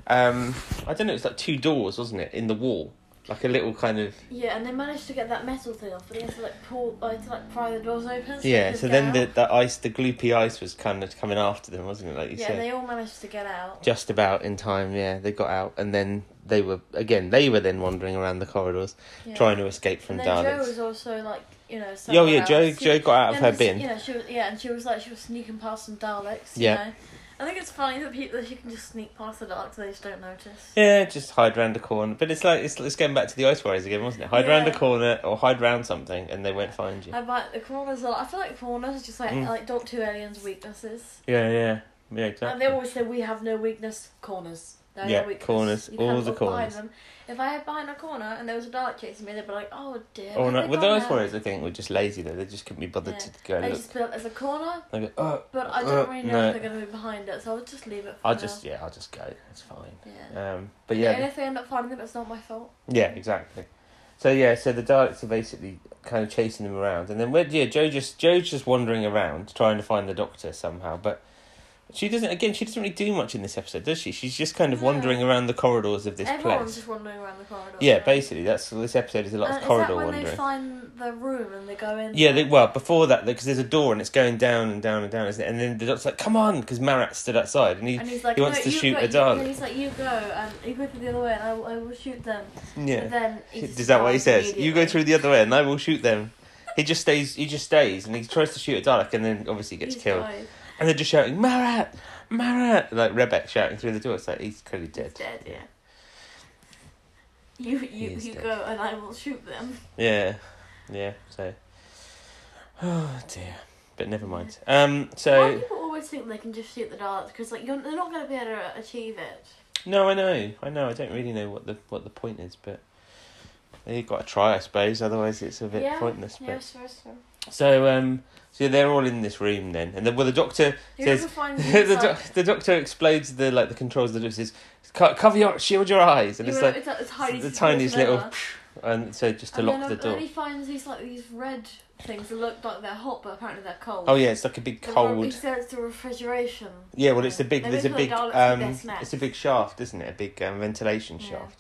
B: um, I don't know, it's like two doors, wasn't it, in the wall, like a little kind of
D: Yeah, and they managed to get that metal thing off, but they had to like pull, like, to, like pry the doors open. they
B: yeah.
D: could
B: So
D: get
B: then the,
D: out.
B: the ice, the gloopy ice, was kind of coming after them, wasn't it? Like you
D: yeah,
B: said.
D: they all managed to get out.
B: just about in time yeah they got out and then they were again they were then wandering around the corridors
D: Yeah.
B: trying to escape from
D: and then Joe
B: daleks
D: was also like, you know.
B: oh
D: somewhere
B: yeah
D: else.
B: joe
D: She-
B: joe got out of
D: and
B: her
D: this-
B: bin
D: You know, she was yeah, and she was like she was sneaking past some Daleks. You
B: Yeah.
D: Know? I think it's funny that people that she can just sneak past the Daleks, they just don't notice.
B: yeah just hide round a corner but it's like it's, it's going back to the ice warriors again wasn't it hide round a
D: Yeah.
B: corner or hide round something and they won't find you
D: I like the corners. Are, like- I feel like corners are just like
B: Mm.
D: like Doctor Who aliens' weaknesses.
B: yeah yeah yeah
D: And they
B: exactly
D: always say we have no weakness. Corners. They're
B: Yeah,
D: no weakness.
B: corners,
D: You
B: all
D: can't
B: the
D: look behind
B: corners.
D: Them. If I hid behind a corner and there was a Dalek chasing me, they'd be like, "Oh dear."
B: or
D: where
B: not
D: have
B: with
D: they
B: the
D: gone
B: ice
D: now?"
B: warriors i think were just lazy though they just couldn't be bothered
D: Yeah.
B: to go and
D: They
B: look
D: just built as a corner,
B: they go oh
D: but I
B: Uh,
D: don't really know
B: no.
D: if they're going to be behind it, so I'll just leave it. For
B: i'll
D: now.
B: just yeah i'll just go it's fine
D: Yeah.
B: um but
D: And
B: yeah
D: if they end up finding them, it's not my fault.
B: yeah exactly So yeah, so the Daleks are basically kind of chasing them around, and then where yeah, Joe just Joe's just wandering around trying to find the Doctor somehow, but she doesn't. Again, she doesn't really do much in this episode, does she? She's just kind of
D: No.
B: wandering around the corridors of this
D: Everyone's
B: place.
D: just wandering around the corridor.
B: Yeah, basically, that's this episode is a lot
D: Uh,
B: of corridor
D: is that when
B: wandering.
D: they find the room and they go in?
B: Yeah, they, well, before that, because there's a door and it's going down and down and down, isn't it? And then the doctor's like, "Come on," because Marat stood outside and he,
D: and he's like,
B: he wants
D: no,
B: to
D: you
B: shoot
D: go,
B: a
D: you-
B: Dalek.
D: He's like, you go, and you go to the other way, and I, will- I will shoot them.
B: yeah.
D: And then he just
B: <laughs> Is that what he
D: dies
B: says? You go
D: immediately.
B: through the other way, and I will shoot them. He just stays. He just stays, and he tries to shoot a Dalek, and then obviously gets
D: He's
B: killed.
D: died.
B: And they're just shouting, "Marat, Marat!" Like Rebek shouting through the door. It's like he's clearly
D: He's
B: dead.
D: dead. Yeah. You you
B: is
D: you
B: dead.
D: go, and I will shoot them.
B: Yeah, yeah. So, <sighs> oh dear. But never mind. Um. So
D: Why do people always think they can just shoot the Daleks? Because like you're, they're not going to be able to achieve it.
B: no, I know, I know. I don't really know what the what the point is, but they've got to try, I suppose. Otherwise, it's a bit
D: Yeah,
B: pointless. But
D: Yes, yes, yes.
B: so um. So they're all in this room then, and then well, the doctor says <laughs>
D: Whoever finds it,
B: the,
D: it's like-
B: doc- the doctor explodes the like the controls. The doctor says, "Co- "Cover your shield your eyes," and
D: you
B: it's
D: know,
B: like
D: it's, it's tiny
B: the tiniest
D: little.
B: little, and so just to
D: and
B: lock
D: then,
B: the
D: And then
B: door.
D: he finds these like these red things that look like they're hot, but apparently they're cold.
B: Oh yeah, it's like a big
D: The re- He
B: cold.
D: said it's the refrigeration.
B: Yeah, well, it's a big.
D: They
B: There's a
D: look like
B: big.
D: Daleks with
B: Um,
D: their snacks.
B: it's a big shaft, isn't it? A big um, ventilation
D: Yeah.
B: shaft.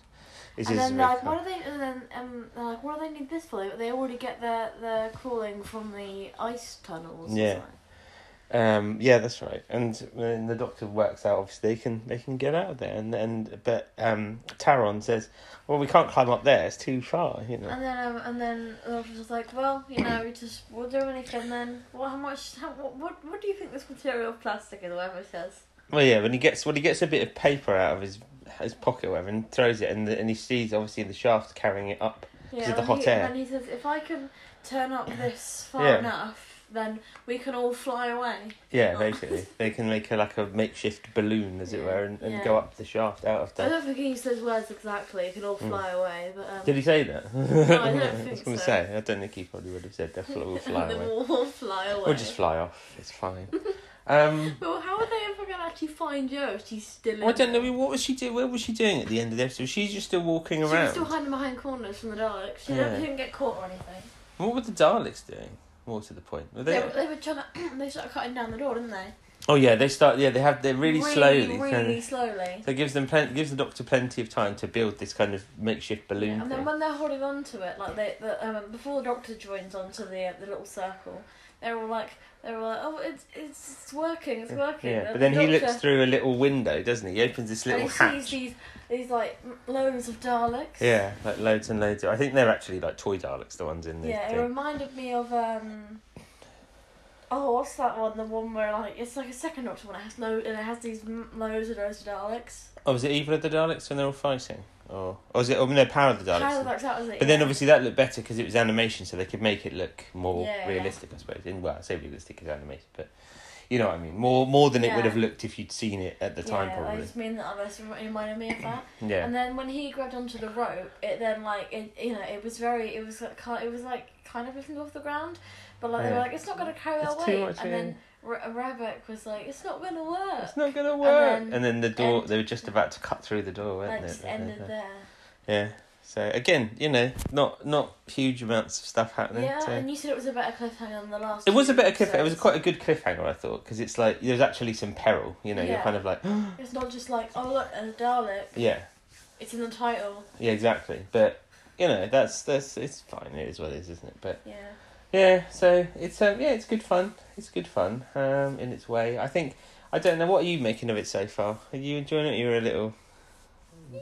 B: It
D: and
B: is
D: then
B: very
D: they're like,
B: cold.
D: what do they? And then um, they're like, what do they need this for? They, they already get their their cooling from the ice tunnels. or
B: Yeah.
D: something.
B: Um, yeah, that's right. And when the doctor works out, obviously they can they can get out of there. And and but um, Taron says, "Well, we can't climb up there. It's too far." You know.
D: And then um, and then the doctor's just like, well, you know, we just we'll do anything then. Well, how much? How, what, what what do you think this material of plastic is? Whatever it says.
B: Well, yeah, when he gets when he gets a bit of paper out of his his pocket, or whatever, and throws it, and the, and he sees obviously the shaft carrying it up. Is it the
D: and
B: hot
D: he,
B: air?
D: And he says, if I can
B: <coughs>
D: turn up this far
B: Yeah.
D: enough, then we can all fly away.
B: Yeah,
D: Oh.
B: basically, they can make a like a makeshift balloon, as it
D: Yeah,
B: were, and, and
D: yeah.
B: go up the shaft out of
D: I
B: that.
D: don't think he used those words exactly. It can
B: Hmm.
D: all fly away, but um,
B: Did he say that? <laughs>
D: I don't
B: was
D: think
B: gonna
D: so.
B: say. I don't think he probably would have said that. We'll
C: <laughs>
D: <laughs>
B: fly
D: they
B: away.
D: will all fly away.
B: We'll just fly off. It's fine.
D: <laughs>
B: um,
D: Well, how are they ever gonna actually find Joe if she's still? In
B: I don't
D: there?
B: know. What was she doing? Where was she doing at the end of the episode? She's just still walking
D: She was
B: around.
D: still hiding behind corners from the Daleks. She
B: Yeah.
D: didn't, she didn't get caught or anything.
B: What were the Daleks doing? More to the point, were
D: They,
B: they?
D: were- they were trying to. <clears throat> they started cutting down the door, didn't they?
B: Oh yeah, they start. Yeah, they have. They're really, slowly.
D: Really,
B: kind of-
D: slowly.
B: So it gives them plen- gives the doctor plenty of time to build this kind of makeshift balloon
D: Yeah, and then
B: thing.
D: when they're holding on to it, like they, the, um, before the doctor joins onto the uh, the little circle, they're all like, they're all like, oh, it's it's, it's working, it's working.
B: yeah,
D: The-
B: but then
D: the
B: he
D: doctor-
B: looks through a little window, doesn't he? He opens this little
D: and he
B: hatch.
D: sees these these like m- loads of Daleks.
B: Yeah, like loads and loads. Of, I think they're actually like toy Daleks, the ones in the
D: Yeah, it
B: thing.
D: reminded me of um. Oh, what's that one? The one where like it's like a second Doctor one. It has load and it has these m- loads and loads of Daleks.
B: Oh, was it Evil of the Daleks when they're all fighting, or or was it? Oh no, Power of the Daleks.
D: How the that was it?
B: But then obviously that looked better because it was animation, so they could make it look more
D: Yeah, yeah.
B: realistic, I suppose. In well, I say realistic is animation, but you know what I mean. More more than it would
D: Yeah.
B: have looked if you'd seen it at the time,
D: yeah, I
B: probably.
D: just mean that others reminded me of that.
B: Yeah.
D: And then when he grabbed onto the rope, it then like it you know it was very it was like kind it was like kind of lifting off the ground, but like they
B: Yeah.
D: were like it's not gonna carry
B: It's
D: our
B: too
D: weight.
B: much,
D: and
B: yeah.
D: then R- Rabek was like it's not gonna work.
B: It's not gonna work. And
D: then-
B: then, the door.
D: and-
B: they were just about to cut through the door, weren't
D: That
B: they?
D: just ended there.
B: Yeah. So again, you know, not not huge amounts of stuff happening.
D: Yeah,
B: so.
D: and you said it was a better cliffhanger than the last.
B: It was a
D: few
B: bit of cliffhanger. It was
D: episodes.
B: quite a good cliffhanger, I thought, because it's like there's actually some peril. You know, you're
D: Yeah.
B: kind of like, <gasps>
D: It's not just like oh look, there's a Dalek.
B: yeah,
D: It's in the title.
B: yeah, exactly. But you know, that's that's it's fine. It is what it is, isn't it? But
D: Yeah.
B: Yeah, so it's um yeah, it's good fun. It's good fun um in its way. I think I don't know what are you making of it so far. Are you enjoying it? You're a little
D: Yeah.
B: Mm.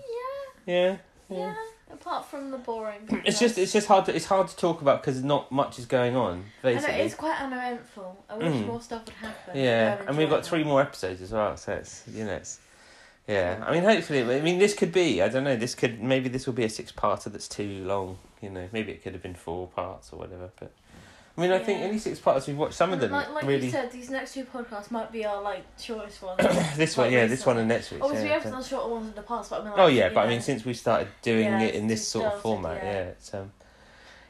B: yeah.
D: Yeah. Apart from the boring.
B: It's just it's just hard to it's hard to talk about because not much is going on
D: And
B: basically.
D: it is quite uneventful. I wish
B: Mm.
D: more stuff would happen.
B: yeah,
D: I'd
B: and we've
D: enjoy
B: got
D: it
B: three more episodes as well, so it's you know it's yeah. I mean, hopefully, I mean this could be I don't know. This could maybe this will be a six parter that's too long. You know, maybe it could have been four parts or whatever. But I mean, I think
D: Yeah.
B: any six parts we've watched, some of
D: And
B: them
D: like, like
B: really.
D: you said, these next two podcasts might be our like shortest ones.
B: <coughs> this
D: Like
B: one, yeah, this
D: recent.
B: one and next week.
D: Obviously,
B: yeah,
D: we have done shorter ones in the past, but I mean, like,
B: Oh yeah,
D: you
B: but I
D: know.
B: mean, since we started doing
D: Yeah,
B: it in this
D: since
B: sort of
D: started,
B: format, yeah,
D: yeah.
B: it's um,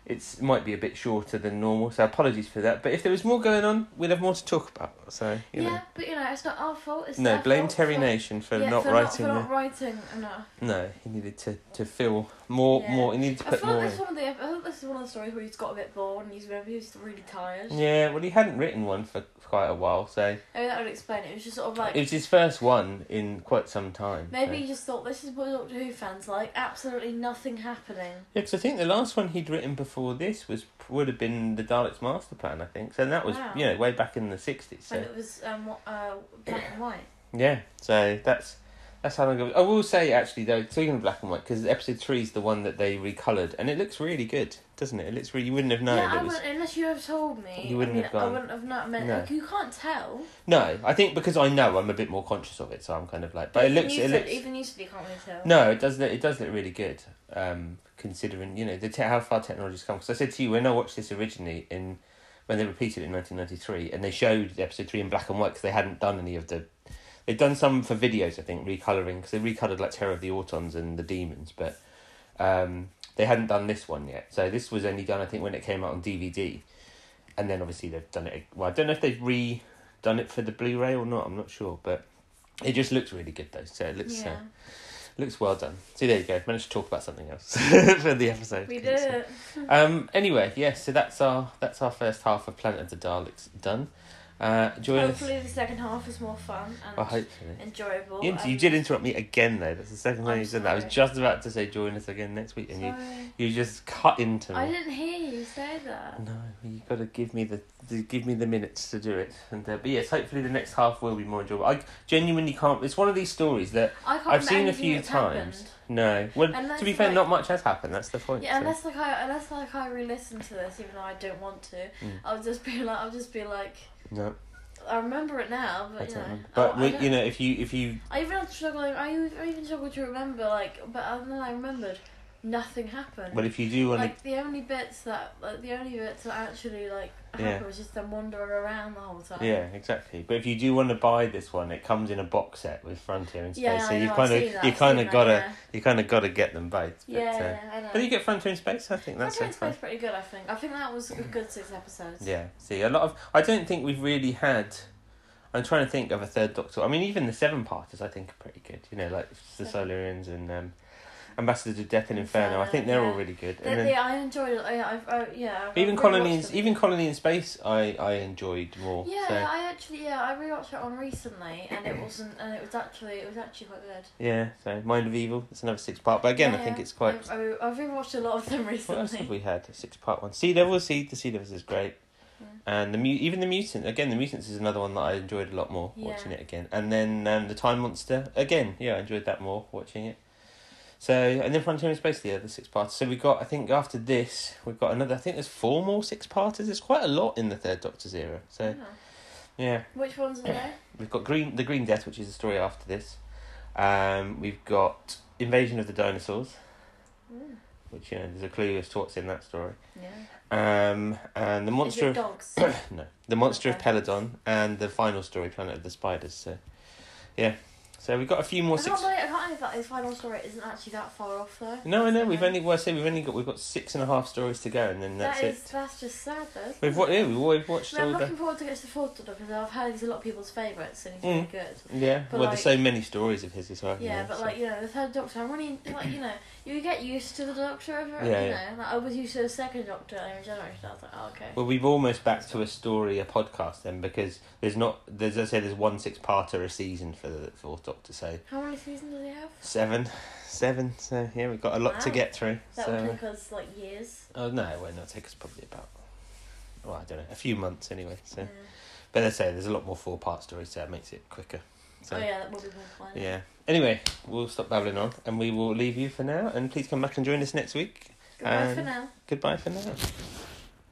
B: it's it might be a bit shorter than normal. So apologies for that. But if there was more going on, we'd have more to talk about. So you
D: yeah,
B: know,
D: but you know, it's not our fault. It's
B: no,
D: their
B: blame
D: fault
B: Terry
D: for-
B: Nation for
D: yeah,
B: not
D: for
B: writing.
D: Not, for not writing enough.
B: the... No, he needed to to fill More,
D: Yeah.
B: more. You need to
D: I
B: put
D: feel like
B: more in.
D: this is one of the. I think this is one of the stories where he's got a bit bored and he's remember he was really tired.
B: Yeah, well, he hadn't written one for quite a while, so
D: I mean, that would explain it. It was just sort of like
B: it was his first one in quite some time.
D: maybe
B: so.
D: he just thought this is what Doctor Who fans like. Absolutely nothing happening.
B: Yeah, because I think the last one he'd written before this was would have been the Daleks' Master Plan, I think. So that was
D: Wow.
B: you know way back in the sixties. So
D: And it was um what, uh black and white.
B: yeah, so that's that's how long ago. I will say actually though, speaking of black and white, because episode three is the one that they recolored, and it looks really good, doesn't it? It looks really you wouldn't have known.
D: yeah, I
B: it was,
D: wouldn't unless you have told me.
B: You wouldn't
D: I mean,
B: have gone.
D: I wouldn't have not meant.
B: No.
D: Like, you can't tell.
B: no, I think because I know I'm a bit more conscious of it, so I'm kind of like, but it
D: even
B: looks
D: you
B: it
D: said,
B: looks
D: even you said you can't really tell.
B: No, it does. Look, it does look really good. Um, considering you know the te- how far technology's come. Because I said to you when I watched this originally in when they repeated it in nineteen ninety three, and they showed episode three in black and white because they hadn't done any of the. They'd done some for videos, I think, recoloring because they recolored like Terror of the Autons and the Demons, but um, they hadn't done this one yet. So this was only done, I think, when it came out on DVD, and then obviously they've done it. Well, I don't know if they've re done it for the Blu-ray or not. I'm not sure, but it just looks really good though. So it looks. Uh,
D: Yeah,
B: Looks well done. See, there you go. Managed to talk about something else <laughs> for the episode.
D: we did it.
B: Um. Anyway, yes. so that's our that's our first half of Planet of the Daleks done. Uh, join us.
D: Hopefully, the second half is more fun and
B: Well, hopefully.
D: enjoyable.
B: You, you
D: and-
B: did interrupt me again though. That's the second time
D: I'm
B: you said that. I was
D: sorry.
B: just about to say join us again next week, and
D: Sorry.
B: you you just cut into me.
D: I didn't hear you say that.
B: No, you got to give me the, the give me the minutes to do it. And uh, but yes, hopefully the next half will be more enjoyable. I genuinely can't. It's one of these stories that
D: I can't
B: I've seen
D: remember
B: a few
D: anything that's
B: times.
D: happened.
B: No, well,
D: And
B: to
D: that's
B: be fair,
D: like-
B: not much has happened. That's the point.
D: Yeah,
B: so.
D: unless like I unless like I re-listen to this, even though I don't want to,
B: Mm.
D: I'll just be like I'll just be like
B: No,
D: I remember it now,
B: I
D: but you
B: don't
D: know,
B: know.
D: I-
B: But
D: I,
B: we,
D: don't-
B: you know, if you if you
D: I even had struggle. I even, I even struggled to remember like, but and then I remembered, nothing happened.
B: but if you do want to,
D: like the only bits that like the only bits that actually like happened
B: Yeah.
D: was just them wandering around the whole time.
B: yeah, exactly. But if you do want to buy this one, it comes in a box set with Frontier and Space.
D: Yeah,
B: so
D: I
B: you
D: know, I've
B: kind
D: seen
B: of
D: that,
B: you
D: I've
B: kind of
D: seen that,
B: got to
D: yeah.
B: you kind of got to get them both. But,
D: Yeah,
B: uh,
D: yeah, I know.
B: But you get Frontier in Space. I think that's
D: Frontier in
B: that's fine. Mm-hmm.
D: Space pretty good. I think. I think that was a good six episodes.
B: Yeah. See, a lot of I don't think we've really had. I'm trying to think of a third Doctor. I mean, even the seven parters I think are pretty good. You know, like the Solarians and um, Ambassadors of Death and Inferno. I think they're all
D: Inferno,
B: really good.
D: They-
B: And then
D: they- I enjoyed. it. I, I've, I, yeah. I've
B: even
D: rewatched
B: Colony, in,
D: them.
B: even Colony in Space, I I enjoyed more.
D: Yeah,
B: so,
D: yeah, I actually yeah, I rewatched it on recently and it wasn't and it was actually it was actually quite good.
B: Yeah, so Mind of Evil. It's another six part, but again,
D: Yeah,
B: I think
D: yeah.
B: it's quite.
D: I've, I- I've rewatched a lot of them <laughs>
B: What else have
D: recently.
B: we had? A six part one. Sea Devils. Sea the Sea Devils is great,
D: Yeah.
B: and the mu- even the mutant. Again, the mutants is another one that I enjoyed a lot more
D: Yeah.
B: watching it again. And then um, the Time Monster. Again, yeah, I enjoyed that more watching it. So and then Frontier in Space, the other six parts. So we got I think after this we've got another. I think there's four more six parters. There's quite a lot in the Third Doctor's era. So
D: Yeah.
B: yeah,
D: Which ones are they?
B: We've got Green the Green Death, which is the story after this. Um, we've got Invasion of the Dinosaurs,
D: Mm.
B: which you know there's a clue as to what's in that story.
D: Yeah.
B: Um, <clears throat> and the
D: Is it
B: monster of
D: dogs.
B: <coughs> no, the monster
D: Okay.
B: of Peladon, and the final story, Planet of the Spiders. So, yeah, so we've got a few
D: I
B: more.
D: can't
B: Six...
D: believe I can't believe that his final story isn't actually that far off though.
B: No, I know we've
D: Okay.
B: only well, I say we've only got we've got six and a half stories to go, and then that's
D: That is
B: it.
D: that's just sad though. isn't
B: We've
D: it?
B: what? Yeah, we've, we've watched
D: I mean,
B: all
D: I'm
B: the.
D: looking forward to get to fourth Doctor because I've heard he's a lot of people's favourites and he's
B: Mm.
D: really good.
B: <laughs> Yeah,
D: but
B: well, there's
D: like-
B: so many stories of his as well.
D: Yeah,
B: you know,
D: but
B: so-
D: like you know, the third Doctor, I'm really like you know, you get used to the Doctor over it,
B: Yeah,
D: you
B: yeah.
D: know. Like, I was used to the second Doctor and regeneration. I was like, oh okay.
B: Well, we've almost back to a story, a podcast then, because there's not, there's, as I say, there's one six-parter a season for the Fourth Doctor, so
D: How many seasons does he have?
B: seven, seven. So yeah, we've got a lot to
D: Wow.
B: get through.
D: That
B: so
D: would
B: uh,
D: take us like years.
B: oh no, it won't it'll take us probably about, well, I don't know, a few months anyway. So,
D: Yeah.
B: but as I say, there's a lot more four-part stories, so that makes it quicker. So
D: oh yeah, that would be more fun.
B: yeah. Anyway, we'll stop babbling on, and we will leave you for now. And please come back and join us next week.
D: Goodbye for
B: Um,
D: now.
B: Goodbye for now.